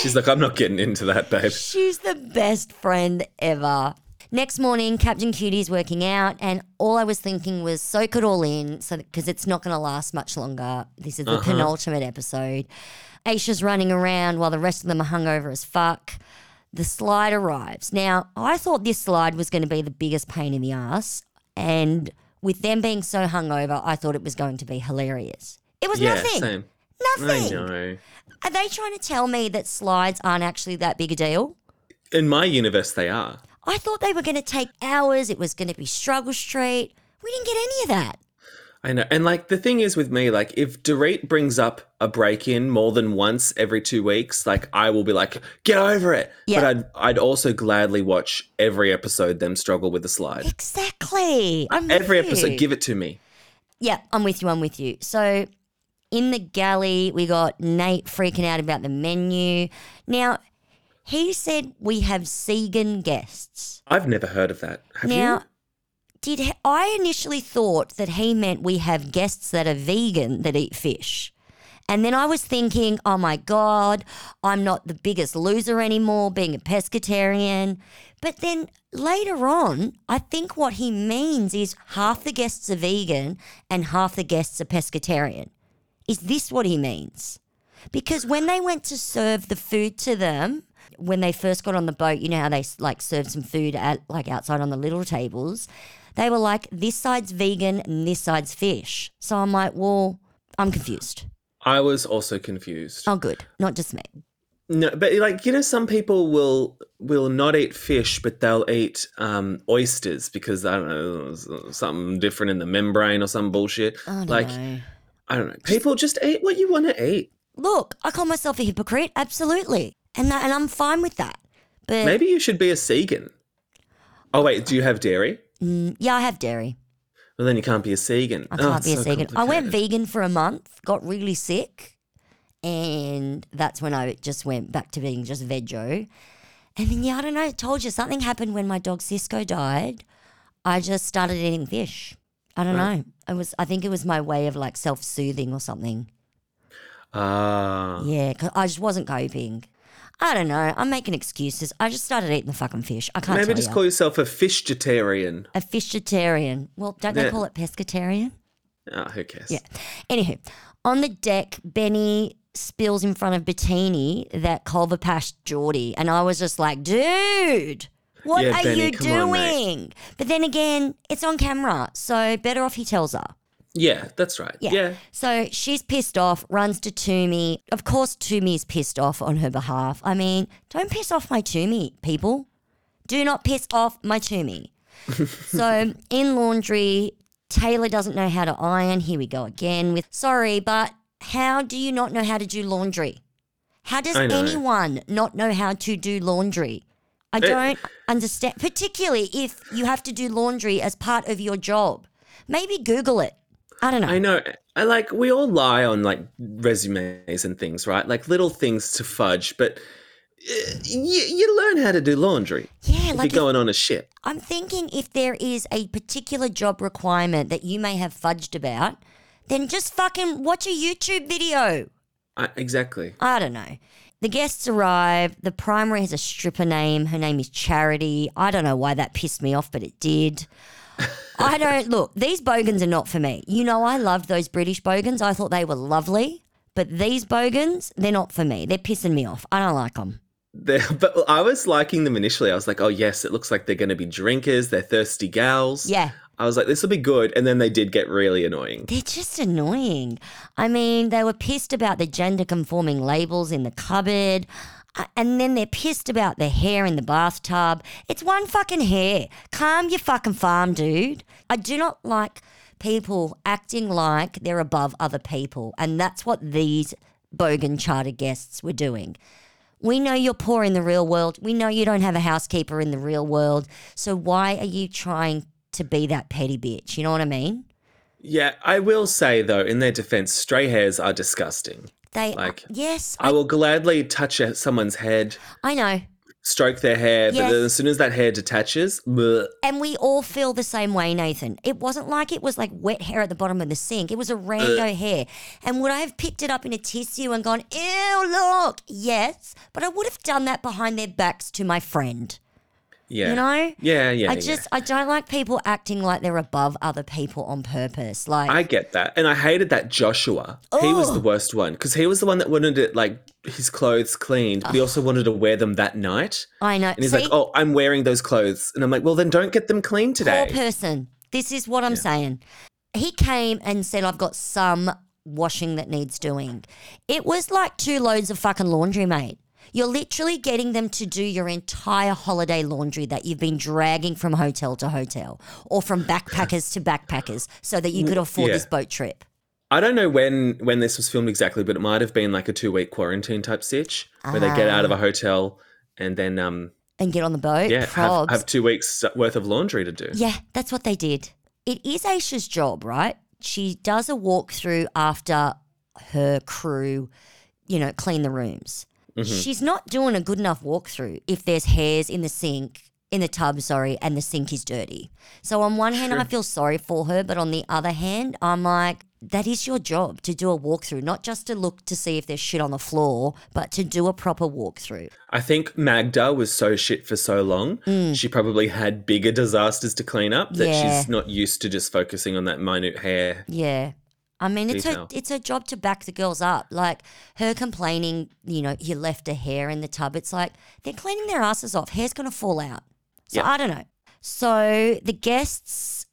She's like, I'm not getting into that, babe.
She's the best friend ever. Next morning, Captain Cutie's working out, and all I was thinking was soak it all in, so because it's not going to last much longer. This is the
Uh-huh.
penultimate episode. Aisha's running around while the rest of them are hungover as fuck. The slide arrives. Now, I thought this slide was going to be the biggest pain in the ass, and with them being so hungover, I thought it was going to be hilarious. It was
Yeah,
nothing.
same. I
Nothing.
know.
Are they trying to tell me that slides aren't actually that big a deal?
In my universe, they are.
I thought they were going to take hours. It was going to be struggle street. We didn't get any of that.
I know. And like the thing is with me, like if Dorit brings up a break in more than once every two weeks, like I will be like, get over it.
Yeah.
But I'd I'd also gladly watch every episode them struggle with a slide.
Exactly. I'm
Every
with
episode,
you.
give it to me.
Yeah, I'm with you. I'm with you. So in the galley, we got Nate freaking out about the menu. Now, he said we have Segan guests.
I've never heard of that. Have
now,
you?
did he- I initially thought that he meant we have guests that are vegan that eat fish. And then I was thinking, oh my God, I'm not the biggest loser anymore being a pescatarian. But then later on, I think what he means is half the guests are vegan and half the guests are pescatarian. Is this what he means? Because when they went to serve the food to them, when they first got on the boat, you know how they like served some food at like outside on the little tables. They were like, this side's vegan and this side's fish. So I'm like, well, I'm confused.
I was also confused.
Oh, good. Not just me.
No, but like you know, some people will will not eat fish, but they'll eat um, oysters because I don't know s- something different in the membrane or some bullshit.
I don't
like
know.
I don't know. People just eat what you want to eat.
Look, I call myself a hypocrite. Absolutely. And, that, and I'm fine with that. But
Maybe you should be a Segan. Oh wait, do you have dairy?
yeah, I have dairy.
Well, then you can't be a Segan. Oh,
I can't be a vegan. I went vegan for a month, got really sick, and that's when I just went back to being just veggie. And then yeah, I don't know. I told you something happened when my dog Cisco died. I just started eating fish. I don't know. It was. I think it was my way of like self-soothing or something.
Ah,
Yeah, 'cause I just wasn't coping. I don't know. I'm making excuses. I just started eating the fucking fish. I can't.
maybe
tell
just
ya.
call yourself a fishgetarian.
a fishitarian. Well, don't they
Yeah.
call it pescatarian?
Ah, who cares?
Yeah. Anywho, on the deck, Benny spills in front of Bettini that Culver Pash Geordie. And I was just like, dude, what
Yeah,
are
Benny,
you
come on, mate."
doing? but then again, it's on camera. So better off he tells her.
Yeah, that's right. Yeah.
So she's pissed off, runs to Toomey. Of course, Toomey is pissed off on her behalf. I mean, don't piss off my Toomey, people. Do not piss off my Toomey. so in laundry, Taylor doesn't know how to iron. Here we go again with sorry, but how do you not know how to do laundry? How does
I know.
anyone not know how to do laundry?
Eh.
I don't understand, particularly if you have to do laundry as part of your job. Maybe Google it. I don't know.
I know. I like we all lie on like resumes and things, right? Like little things to fudge, but uh, you, you learn how to do laundry.
Yeah,
if
like if-
you're going on a ship.
I'm thinking if there is a particular job requirement that you may have fudged about, then just fucking watch a YouTube video.
I, exactly.
I don't know. The guests arrive. The primary has a stripper name. Her name is Charity. I don't know why that pissed me off, but it did. I don't look, these bogans are not for me. You know, I loved those British bogans. I thought they were lovely, but these bogans, they're not for me. They're pissing me off. I don't like them.
They're, but I was liking them initially. I was like, oh yes, it looks like they're going to be drinkers. They're thirsty gals.
Yeah.
I was like, this will be good. And then they did get really annoying.
They're just annoying. I mean, they were pissed about the gender conforming labels in the cupboard. uh, And then they're pissed about the hair in the bathtub. It's one fucking hair. Calm your fucking farm, dude. I do not like people acting like they're above other people. And that's what these Bogan Charter guests were doing. We know you're poor in the real world. We know you don't have a housekeeper in the real world. So why are you trying to be that petty bitch? You know what I mean?
Yeah, I will say though, in their defense, stray hairs are disgusting.
They
Like,
yes,
I will gladly touch a- someone's head,
I know,
stroke their hair, but
Yes.
then as soon as that hair detaches, bleh,
and we all feel the same way, Nathan. It wasn't like it was like wet hair at the bottom of the sink. It was a rando
Uh.
hair, and would I have picked it up in a tissue and gone, "Ew, look"? Yes, but I would have done that behind their backs to my friend.
yeah,
You know?
yeah, yeah.
I
yeah.
just I don't like people acting like they're above other people on purpose. Like
I get that. And I hated that Joshua. He was the worst one because he was the one that wanted it like his clothes cleaned, but he also wanted to wear them that night.
I know.
And he's
See,
like, "Oh, I'm wearing those clothes," and I'm like, "Well, then don't get them cleaned
poor
today."
person. This is what I'm saying. He came and said, I've got some washing that needs doing. It was like two loads of fucking laundry, mate. You're literally getting them to do your entire holiday laundry that you've been dragging from hotel to hotel or from backpackers to backpackers so that you could afford
yeah.
this boat trip.
I don't know when when this was filmed exactly, but it might have been like a two week quarantine type stitch where they get
Ah.
out of a hotel and then um
And get on the boat.
yeah have,
Probs.
have two weeks worth of laundry to do.
Yeah, that's what they did. It is Aisha's job, right? She does a walkthrough after her crew, you know, clean the rooms. She's not doing a good enough walkthrough if there's hairs in the sink, in the tub, sorry, and the sink is dirty. So on one hand, I feel sorry for her, but on the other hand, I'm like, that is your job to do a walkthrough, not just to look to see if there's shit on the floor, but to do a proper walkthrough.
I think Magda was so shit for so long. She probably had bigger disasters to clean up that
Mm. Yeah.
she's not used to just focusing on that minute hair.
Yeah. I mean, it's her,
Detail.
it's her job to back the girls up. Like her complaining, you know, you left a hair in the tub. It's like they're cleaning their asses off. Hair's going to fall out. So I don't know. So the guests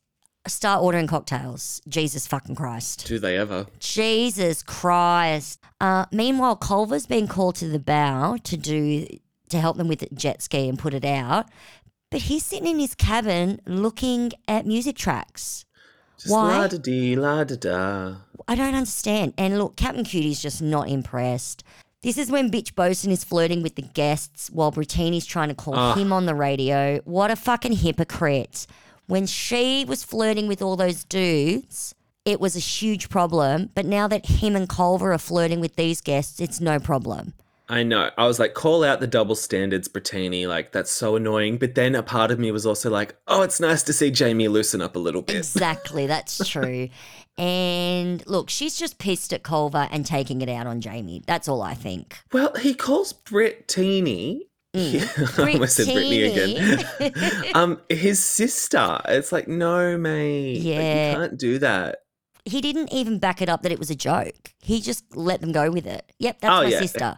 start ordering cocktails. Jesus fucking Christ.
Do they ever?
Jesus Christ. Uh, meanwhile, Culver's been called to the bow to do to help them with the jet ski and put it out. But he's sitting in his cabin looking at music tracks.
Just
Why?
la da dee, la da da.
I don't understand. And look, Captain Cutie's just not impressed. This is when Bitch Bosun is flirting with the guests while Brittini's trying to call him on the radio. What a fucking hypocrite. When she was flirting with all those dudes, it was a huge problem. But now that him and Culver are flirting with these guests, it's no problem.
I know. I was like, call out the double standards, Brittany. Like, that's so annoying. But then a part of me was also like, oh, it's nice to see Jamie loosen up a little bit.
Exactly, that's true. And look, she's just pissed at Culver and taking it out on Jamie. That's all I think. Mm.
Well, he calls Brittany. I almost said Brittany again. um, his sister. It's like, no, mate. Like,
Yeah.
you can't do that.
He didn't even back it up that it was a joke. He just let them go with it. Yep, that's
Oh,
my
yeah.
sister.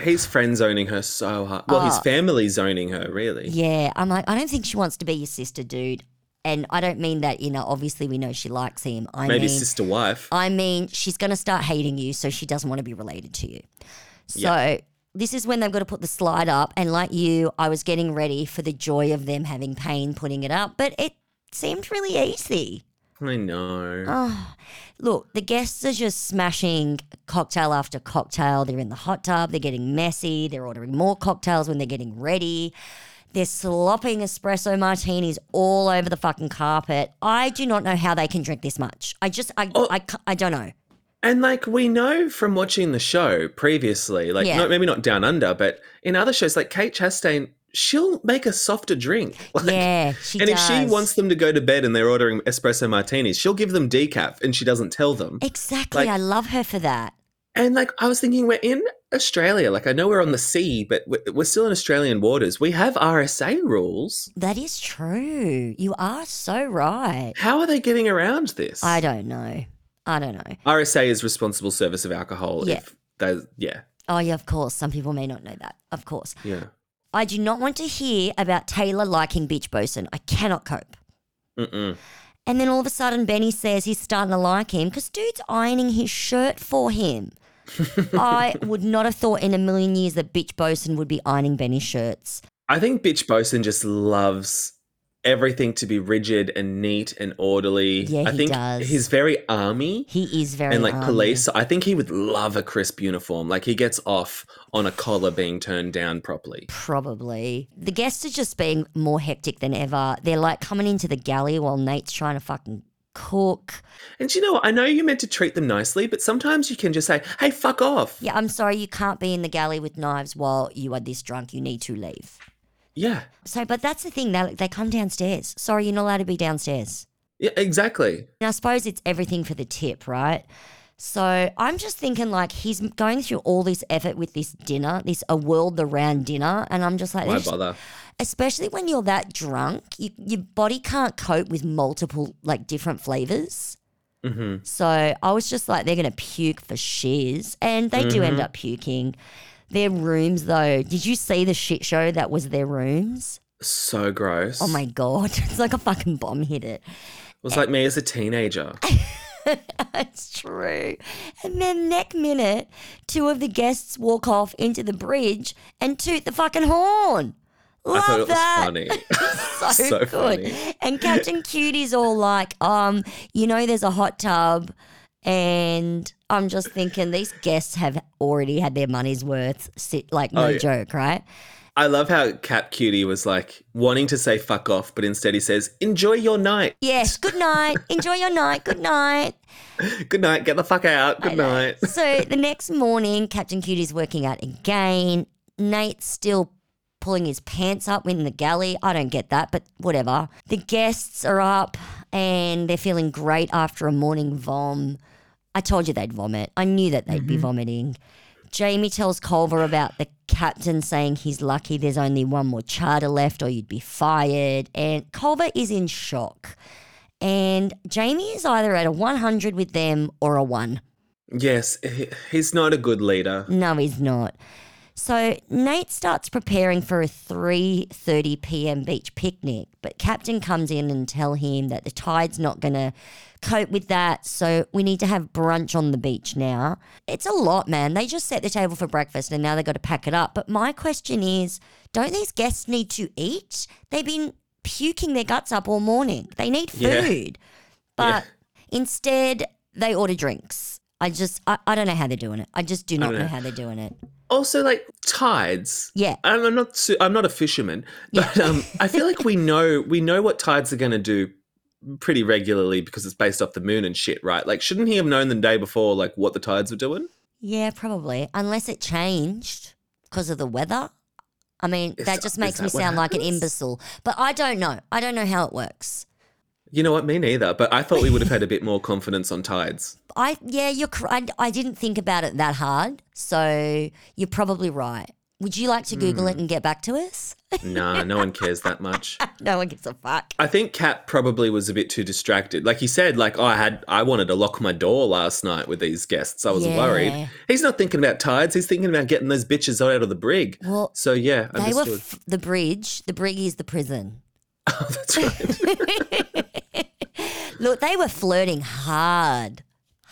He's friend zoning her so hard. Well, his family zoning her, really.
Ah. Yeah, I'm like, I don't think she wants to be your sister, dude. And I don't mean that, you know, obviously we know she likes him. I
Maybe
mean,
sister wife.
I mean, she's going to start hating you, so she doesn't want to be related to you. So this is when they've got to put the slide up. And like you, I was getting ready for the joy of them having pain putting it up, but it seemed really easy.
I know.
Look, the guests are just smashing cocktail after cocktail. They're in the hot tub, they're getting messy, they're ordering more cocktails when they're getting ready. They're slopping espresso martinis all over the fucking carpet. I do not know how they can drink this much. I just, I,
Oh.
I, ca- I don't know.
And like we know from watching the show previously, like
Yeah.
no, maybe not Down Under, but in other shows, like Kate Chastain, she'll make a softer drink. Like,
Yeah, she
and if she
does.
wants them to go to bed and they're ordering espresso martinis, she'll give them decaf and she doesn't tell them.
Exactly.
Like-
I love her for that.
And like I was thinking, we're in Australia. Like I know we're on the sea, but we- we're still in Australian waters. We have RSA rules.
That is true. You are so right.
How are they getting around this?
I don't know. I don't know.
RSA is responsible service of alcohol.
Yeah.
If that, yeah,
Oh, yeah, of course. Some people may not know that. Of course.
yeah.
I do not want to hear about Taylor liking Beach Bosun. I cannot cope.
Mm-mm.
And then all of a sudden, Benny says he's starting to like him because dude's ironing his shirt for him. I would not have thought in a million years that Bitch Bosun would be ironing Benny's shirts.
I think Bitch Bosun just loves everything to be rigid and neat and orderly.
Yeah,
I
he
think
does.
he's very army
He is very um,
and like
army.
police. I think he would love a crisp uniform. Like he gets off on a collar being turned down properly.
Probably. The guests are just being more hectic than ever. They're like coming into the galley while Nate's trying to fucking cook.
And you know, what? I know you meant to treat them nicely, but sometimes you can just say, "Hey, fuck off."
Yeah, I'm sorry, you can't be in the galley with knives while you are this drunk. You need to leave.
Yeah,
So, but that's the thing. They, they come downstairs. Sorry, you're not allowed to be downstairs.
yeah, exactly.
And I suppose it's everything for the tip, right? So I'm just thinking like he's going through all this effort with this dinner, this a world around dinner, and I'm just like,
Why
there's-
bother?
especially when you're that drunk, you, your body can't cope with multiple like different flavors.
Mhm.
So I was just like, they're gonna puke for shiz, and they do
Mm-hmm.
end up puking. Their rooms, though, did you see the shit show that was their rooms?
So gross.
Oh my god, it's like a fucking bomb hit it.
It was like me as a teenager.
That's true. And then next minute, two of the guests walk off into the bridge and toot the fucking horn. Love
I thought it was
that.
funny.
so,
So
good.
funny.
And Captain Cutie's all like, um, you know, there's a hot tub. And I'm just thinking these guests have already had their money's worth. Sit like no
Oh, yeah.
joke, right?
I love how Cap Cutie was like wanting to say fuck off, but instead he says, enjoy your night.
Yes. Good night. Enjoy your night. Good night.
Good night. Get the fuck out. Good night.
so the next morning, Captain Cutie's working out again. Nate's still pulling his pants up in the galley. I don't get that, but whatever. The guests are up and they're feeling great after a morning vom. I told you they'd vomit. I knew that they'd be vomiting. Jamie tells Culver about the captain saying he's lucky there's only one more charter left or you'd be fired. And Culver is in shock. And Jamie is either at a 100 with them or a 1.
Yes, he- he's not a good leader.
No, he's not. So Nate starts preparing for a 3:30 p.m. beach picnic, but Captain comes in and tell him that the tide's not going to cope with that, so we need to have brunch on the beach now. It's a lot, man. They just set the table for breakfast and now they got to pack it up. But my question is, don't these guests need to eat? They've been puking their guts up all morning. They need
Yeah.
food. But instead, they order drinks. I just, I, I don't know how they're doing it. I just do not
don't
know
know.
how they're doing it.
Also, like tides.
Yeah.
I'm, I'm not. su- I'm not a fisherman, but um, I feel like we know we know what tides are going to do pretty regularly because it's based off the moon and shit, right? Like, shouldn't he have known the day before like what the tides were doing?
Yeah, probably. Unless it changed because of the weather. I mean,
Is
that
that-
just
is
makes me
that what
sound like an
happens?
imbecile. But I don't know. I don't know how it works.
You know what? Me neither. But I thought we would have had a bit more confidence on tides.
I yeah, you're. cor- I, I didn't think about it that hard, so you're probably right. Would you like to Google
Hmm.
it and get back to us?
Nah, no one cares that much.
no one gives a fuck.
I think Kat probably was a bit too distracted. Like he said, like oh, I had I wanted to lock my door last night with these guests. I was
Yeah.
worried. He's not thinking about tides. He's thinking about getting those bitches out of the brig.
Well,
so yeah,
they were
understood.
f- the bridge. The brig is the prison.
That's right.
Look, they were flirting hard,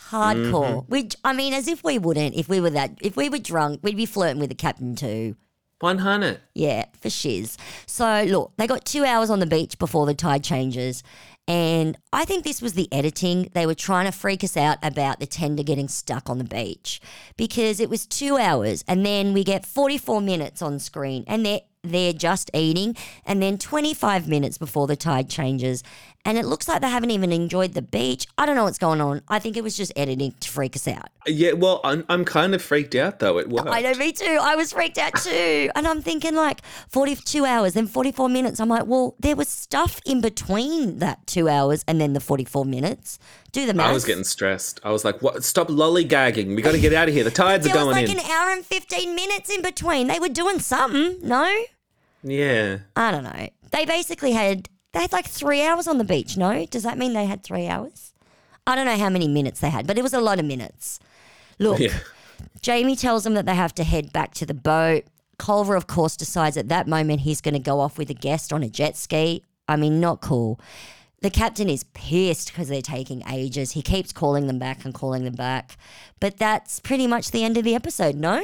hardcore. Which I mean, as if we wouldn't. If we were that, if we were drunk, we'd be flirting with the captain too.
One hundred.
Yeah, for shiz. So look, they got two hours on the beach before the tide changes. And I think this was the editing. They were trying to freak us out about the tender getting stuck on the beach because it was two hours and then we get 44 minutes on screen and they're, they're just eating and then 25 minutes before the tide changes. And it looks like they haven't even enjoyed the beach. I don't know what's going on. I think it was just editing to freak us out.
Yeah, well, I'm, I'm kind of freaked out though. It worked.
I know, me too. I was freaked out too. And I'm thinking like 42 hours, then 44 minutes. I'm like, well, there was stuff in between that two hours and then the 44 minutes. Do the math.
I was getting stressed. I was like, "What? Stop lollygagging. We got to get out of here. The tides are
There was
going
like
in."
an hour and 15 minutes in between. They were doing something, no?
yeah.
I don't know. They basically had, they had like three hours on the beach, no? Does that mean they had three hours? I don't know how many minutes they had, but it was a lot of minutes. Look,
Yeah.
Jamie tells them that they have to head back to the boat. Culver, of course, decides at that moment he's going to go off with a guest on a jet ski. I mean, not cool. The captain is pissed because they're taking ages. He keeps calling them back and calling them back. But that's pretty much the end of the episode, no?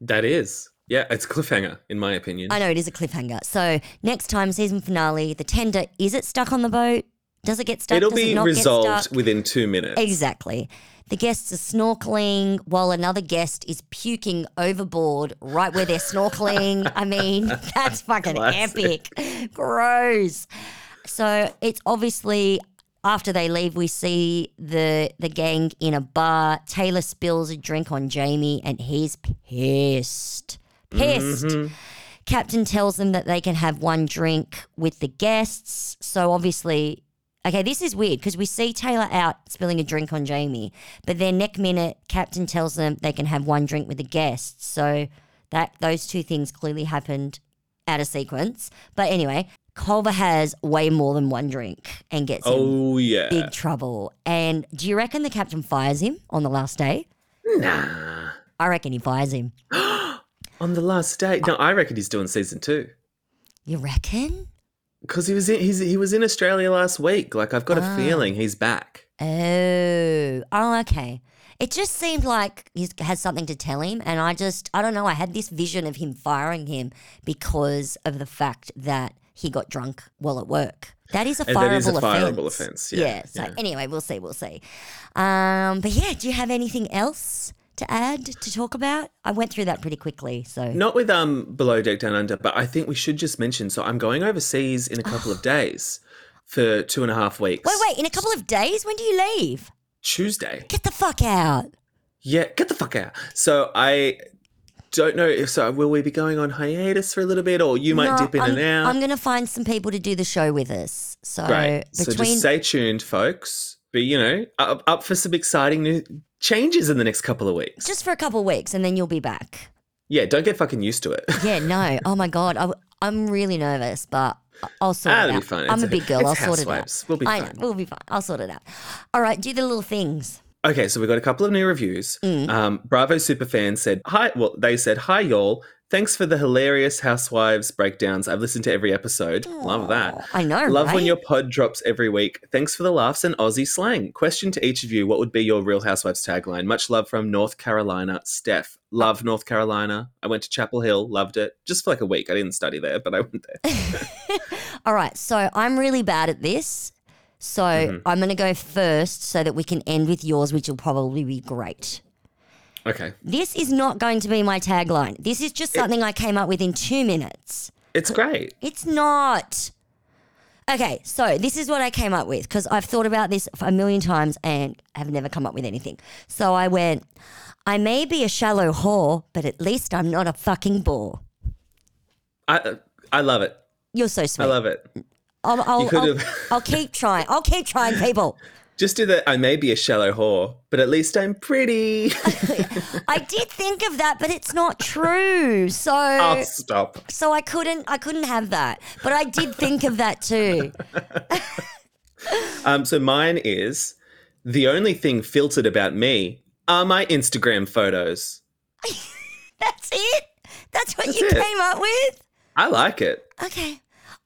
That is. Yeah, it's cliffhanger in my opinion.
I know it is a cliffhanger. So, next time, season finale, the tender, is it stuck on the boat? Does it get stuck?
It'll
Does it
be
not get
resolved
stuck?
within 2 minutes.
Exactly. The guests are snorkeling while another guest is puking overboard right where they're snorkeling. I mean, that's fucking
Classic.
epic. Gross. So it's obviously after they leave, we see the the gang in a bar. Taylor spills a drink on Jamie and he's pissed.
Mm-hmm.
Pissed. Captain tells them that they can have one drink with the guests. So obviously, okay, this is weird because we see Taylor out spilling a drink on Jamie, but then next minute, Captain tells them they can have one drink with the guests. So that those two things clearly happened out of sequence. But anyway, Culver has way more than one drink and gets in
Oh yeah.
big trouble. And do you reckon the captain fires him on the last day?
Nah.
I reckon he fires him.
On the last day. No, I reckon he's doing season 2.
You reckon?
Because he was in he's, he was in Australia last week. Like I've
Ah.
got a feeling he's back.
Oh, oh, okay. It just seemed like he has something to tell him, and I just, I don't know. I had this vision of him firing him because of the fact that he got drunk while at work. That is a
And that is a
fireable offense.
fireable offence, yeah,
So
yeah.
anyway, we'll see. We'll see. Um, but yeah, do you have anything else to add to talk about? I went through that pretty quickly. So
Not with um below deck down under, but I think we should just mention. So I'm going overseas in a couple of days for two and a half weeks.
wait, wait. In a couple of days, when do you leave?
Tuesday.
Get the fuck out.
Yeah, get the fuck out. So I don't know if so. Will we be going on hiatus for a little bit, or you might
No,
dip in
I'm,
and out?
I'm going to find some people to do the show with us. So
Great. So
between
just stay tuned, folks. But you know, up, up for some exciting new changes in the next couple of weeks.
just for a couple of weeks and then you'll be back.
Yeah, don't get fucking used to it.
Yeah, no. Oh my god, I, am really nervous, but I- I'll sort
Ah,
it
it'll
out.
be fine.
I'm
It's
a big girl.
it's
I'll sort it out.
housewipes. We'll be
I
fine.
Know, we'll be fine. I'll sort it out. All right, do the little things.
Okay, so we got a couple of new reviews.
Mm.
Um, Bravo Superfan said, Hi, well, they said, Hi, y'all. Thanks for the hilarious Housewives breakdowns. I've listened to every episode. Love that.
I know,
Love
right?
when your pod drops every week. Thanks for the laughs and Aussie slang. Question to each of you What would be your Real Housewives tagline? Much love from North Carolina, Steph. Love North Carolina. I went to Chapel Hill, loved it. Just for like a week. I didn't study there, but I went there.
All right, so I'm really bad at this. So
Mm-hmm.
I'm going to go first so that we can end with yours, which will probably be great.
Okay.
This is not going to be my tagline. This is just something I came up with in two minutes.
It's great.
It's not. Okay, so this is what I came up with because I've thought about this a million times and have never come up with anything. So I went, I may be a shallow whore, but at least I'm not a fucking bore.
I I love it.
You're so sweet.
I love it.
I'll, I'll,
could
I'll,
have-
I'll keep trying. I'll keep trying, people.
Just do the I may be a shallow whore, but at least I'm pretty.
I did think of that, but it's not true. So
oh, stop.
so I couldn't I couldn't have that. But I did think of that too.
Um, so mine is the only thing filtered about me are my Instagram photos.
That's it. That's what you
it.
came up with.
I like it
Okay.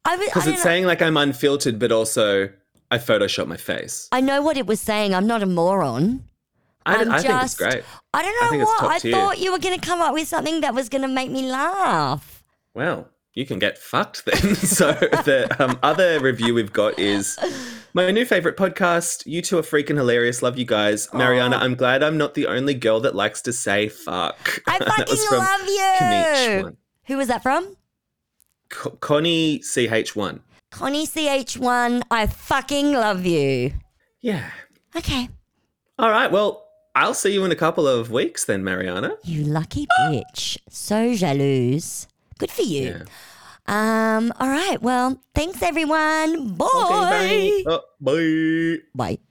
I was. I,
because
don't
it's
know.
saying like I'm unfiltered, but also I Photoshop my face.
I know what it was saying. I'm not a moron.
I,
I'm
I think it's
just-
great.
I don't
I
know
think it's
what.
top
I
tier.
thought you were going to come up with something that was going to make me laugh.
Well, you can get fucked then. so the um, other review we've got is my new favorite podcast. You two are freaking hilarious. Love you guys, Mariana. I'm glad I'm not the only girl that likes to say fuck.
I
That was
fucking
from
love
Kaniche
you.
one.
Who was that from?
Co- Connie CH one.
Connie CH1. I fucking love you.
Yeah.
Okay.
All right. Well, I'll see you in a couple of weeks then, Mariana.
You lucky bitch. So jalouse. Good for you. Um, all right. Well, thanks everyone. Bye.
Okay, Uh, bye. Oh, bye.
Bye.